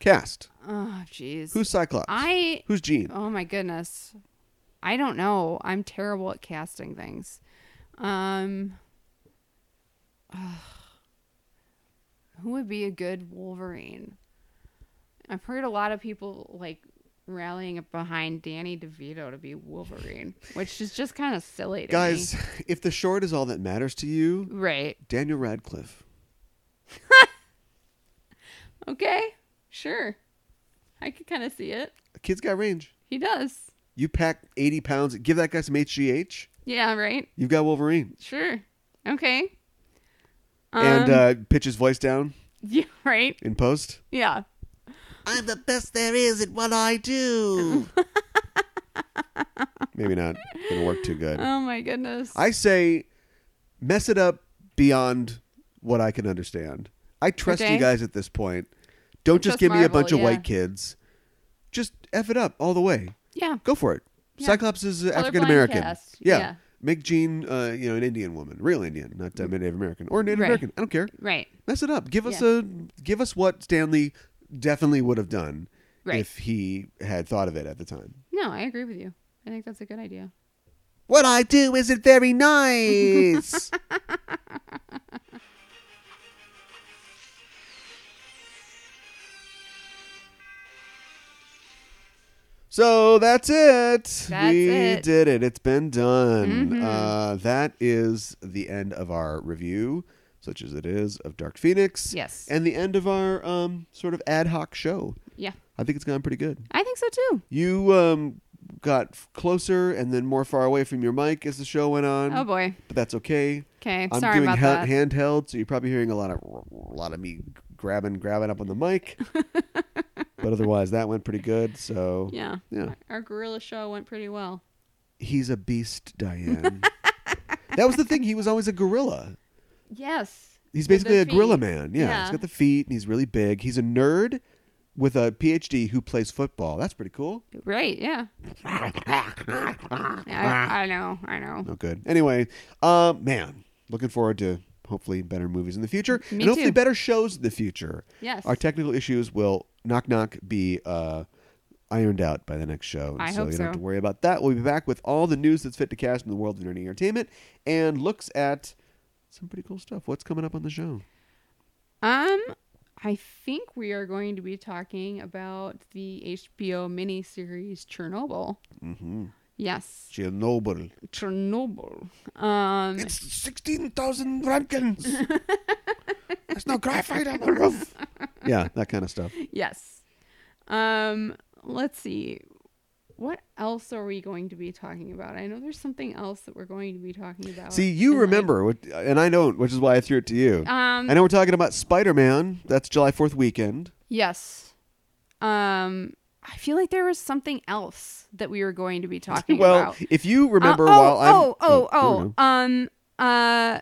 Cast. oh jeez. Who's Cyclops? I Who's Jean? Oh my goodness. I don't know. I'm terrible at casting things. Um ugh. Who would be a good Wolverine? I've heard a lot of people like rallying behind Danny DeVito to be Wolverine, which is just kind of silly to Guys, [laughs] if the short is all that matters to you, me. Right. Daniel Radcliffe. Okay. Sure. I could kind of see it. The kid's got range. He does. You pack eighty pounds. Give that guy some HGH. Yeah, right? You've got Wolverine. Sure. Okay. [laughs] Um. and uh, pitch his voice down Yeah, right? in post. Yeah. I'm the best there is at what I do. Maybe not. It'll work too good. Oh my goodness. I say mess it up beyond what I can understand. I trust you Okay. guys at this point. Don't just Trust give me a Marvel, bunch of yeah. white kids. Just F it up all the way. yeah. Go for it. Yeah. Cyclops is African American. cast, Yeah. yeah. Mm. Make Jean, uh, you know, an Indian woman, real Indian, not uh, Native American or Native Right. American. I don't care. Right. Mess it up. Give us Yeah. a give us what Stanley definitely would have done Right. if he had thought of it at the time. No, I agree with you. I think that's a good idea. What I do isn't very [laughs] nice. so that's it. we it. Mm-hmm. did it. It's been done. Uh, that is the end of our review, such as it is, of Dark Phoenix. Yes. And the end of our um, sort of ad hoc show. Yeah. I think it's gone pretty good. I think so too. You um, got f- closer and then more far away from your mic as the show went on. Oh boy. But that's okay. Okay. I'm Sorry doing about ha- that. handheld, so you're probably hearing a lot of a lot of me grabbing, grabbing up on the [laughs] mic. but otherwise, that went pretty good. So yeah. yeah. Our gorilla show went pretty well. he's a beast, Diane. [laughs] that was the thing. He was always a gorilla. Yes. He's With the basically a gorilla feet. man. Yeah, Yeah. he's got the feet and he's really big. He's a nerd with a PhD who plays football. That's pretty cool. Right. Yeah. I, I know. I know. No good. Anyway, uh, man, looking forward to hopefully better movies in the future and hopefully too. better shows in the future. Yes. Our technical issues will knock knock be uh, ironed out by the next show. And I so hope you don't have so. to worry about that. We'll be back with all the news that's fit to cast in the world of nerdy entertainment and looks at some pretty cool stuff. What's coming up on the show? Um, I think we are going to be talking about the HBO miniseries Chernobyl. Mm-hmm. Yes, Chernobyl. Chernobyl. Um, It's 16,000 Rumpkins. [laughs] There's no graphite on the roof. Yeah, that kind of stuff. Oh, Yes. Um, let's see. What else are we going to be talking about? I know there's something else that we're going to be talking about. See, you And I- remember, what- and I don't, which is why I threw it to you. Um, I know we're talking about Spider Man. That's July 4th weekend. Yes. Um, I feel like there was something else that we were going to be talking well, about. if you remember Uh, oh, while I'm oh, oh, there we oh, go. um, uh,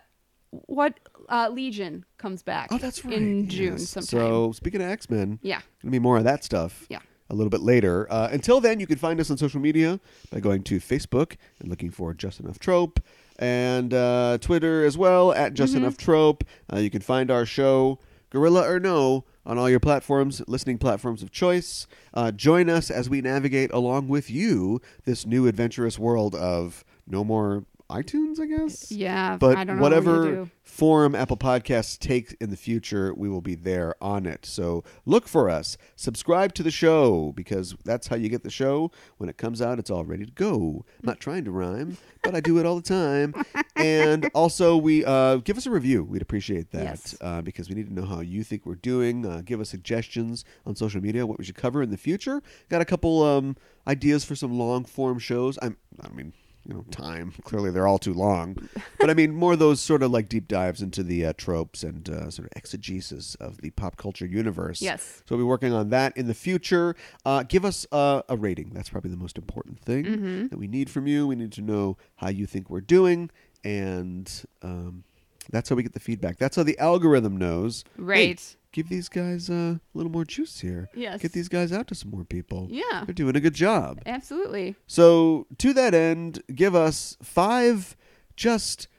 what uh, Legion comes back? Oh, that's right. in June yes. sometime. So speaking of X Men, yeah, gonna be more of that stuff. Yeah. A little bit later. Uh, until then, you can find us on social media by going to Facebook and looking for Just Enough Trope and uh, Twitter as well at Just Mm-hmm. Enough Trope. Uh, you can find our show, Gorilla or No, on all your platforms, listening platforms of choice. Uh, join us as we navigate along with you this new adventurous world of no more iTunes, I guess? yeah. but I don't know what whatever you do. form Apple Podcasts takes in the future, we will be there on it. So look for us, subscribe to the show because that's how you get the show. When it comes out, it's all ready to go. I'm not trying to rhyme, but I do it all the time. And also, we uh, give us a review. We'd appreciate that Yes. uh, because we need to know how you think we're doing. Uh, give us suggestions on social media, what we should cover in the future. Got a couple um, ideas for some long form shows. I'm, I mean, you know, time. [laughs] Clearly, they're all too [laughs] long. But I mean, more of those sort of like deep dives into the uh, tropes and uh, sort of exegesis of the pop culture universe. Yes. So we'll be working on that in the future. Uh, give us uh, a rating. That's probably the most important thing Mm-hmm. that we need from you. We need to know how you think we're doing, and um, that's how we get the feedback. That's how the algorithm knows. hey, Right. give these guys uh, a little more juice here. Yes. Get these guys out to some more people. Yeah. They're doing a good job. Absolutely. So, to that end, give us five just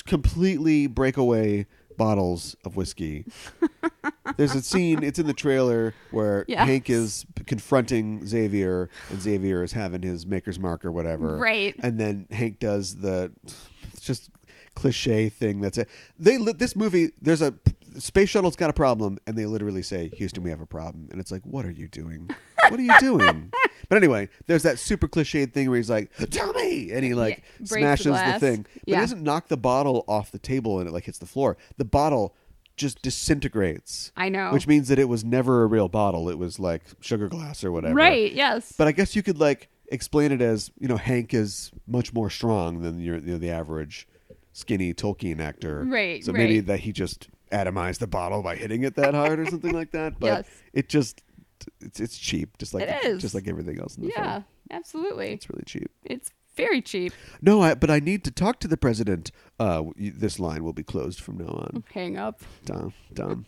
completely breakaway bottles of whiskey. There's a scene, it's in the trailer, where Yes. Hank is confronting Xavier, and Xavier is having his maker's mark or whatever. Right. And then Hank does the it's just cliche thing that's it. They li- this movie there's a space shuttle's got a problem and they literally say Houston we have a problem and it's like what are you [laughs] doing? What are you doing? mm. but anyway, there's that super cliched thing where he's like tell me and he like breaks the smashes the, glass. thing. But he Yeah. doesn't knock the bottle off the table and it like hits the floor. The bottle just disintegrates. I know. Which means that it was never a real bottle. It was like sugar glass or whatever. Right. Yes. But I guess you could like explain it as you know Hank is much more strong than your you know, the average skinny Tolkien actor, Right, So maybe right. that he just atomized the bottle by hitting it that hard or something like that. But Yes. it just it's it's cheap, just like It is. just like everything else in the film. yeah. Absolutely. It's really cheap. It's very cheap. No, I, but I need to talk to the president. Uh, you- this line will be closed from now on. Hang up. Dumb, [laughs] dumb.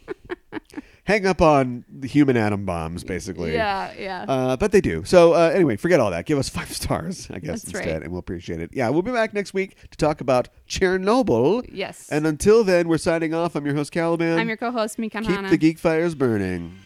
Hang up on the human atom bombs, basically. Yeah. Yeah. Uh, but they do. So uh, anyway, forget all that. Give us [laughs] five stars, I guess, That's instead, right. and we'll appreciate it. Yeah, we'll be back next week to talk about Chernobyl. yes. And until then, we're signing off. I'm your host, Caliban. I'm your co-host Mikan Keep Hanna. the geek fires burning.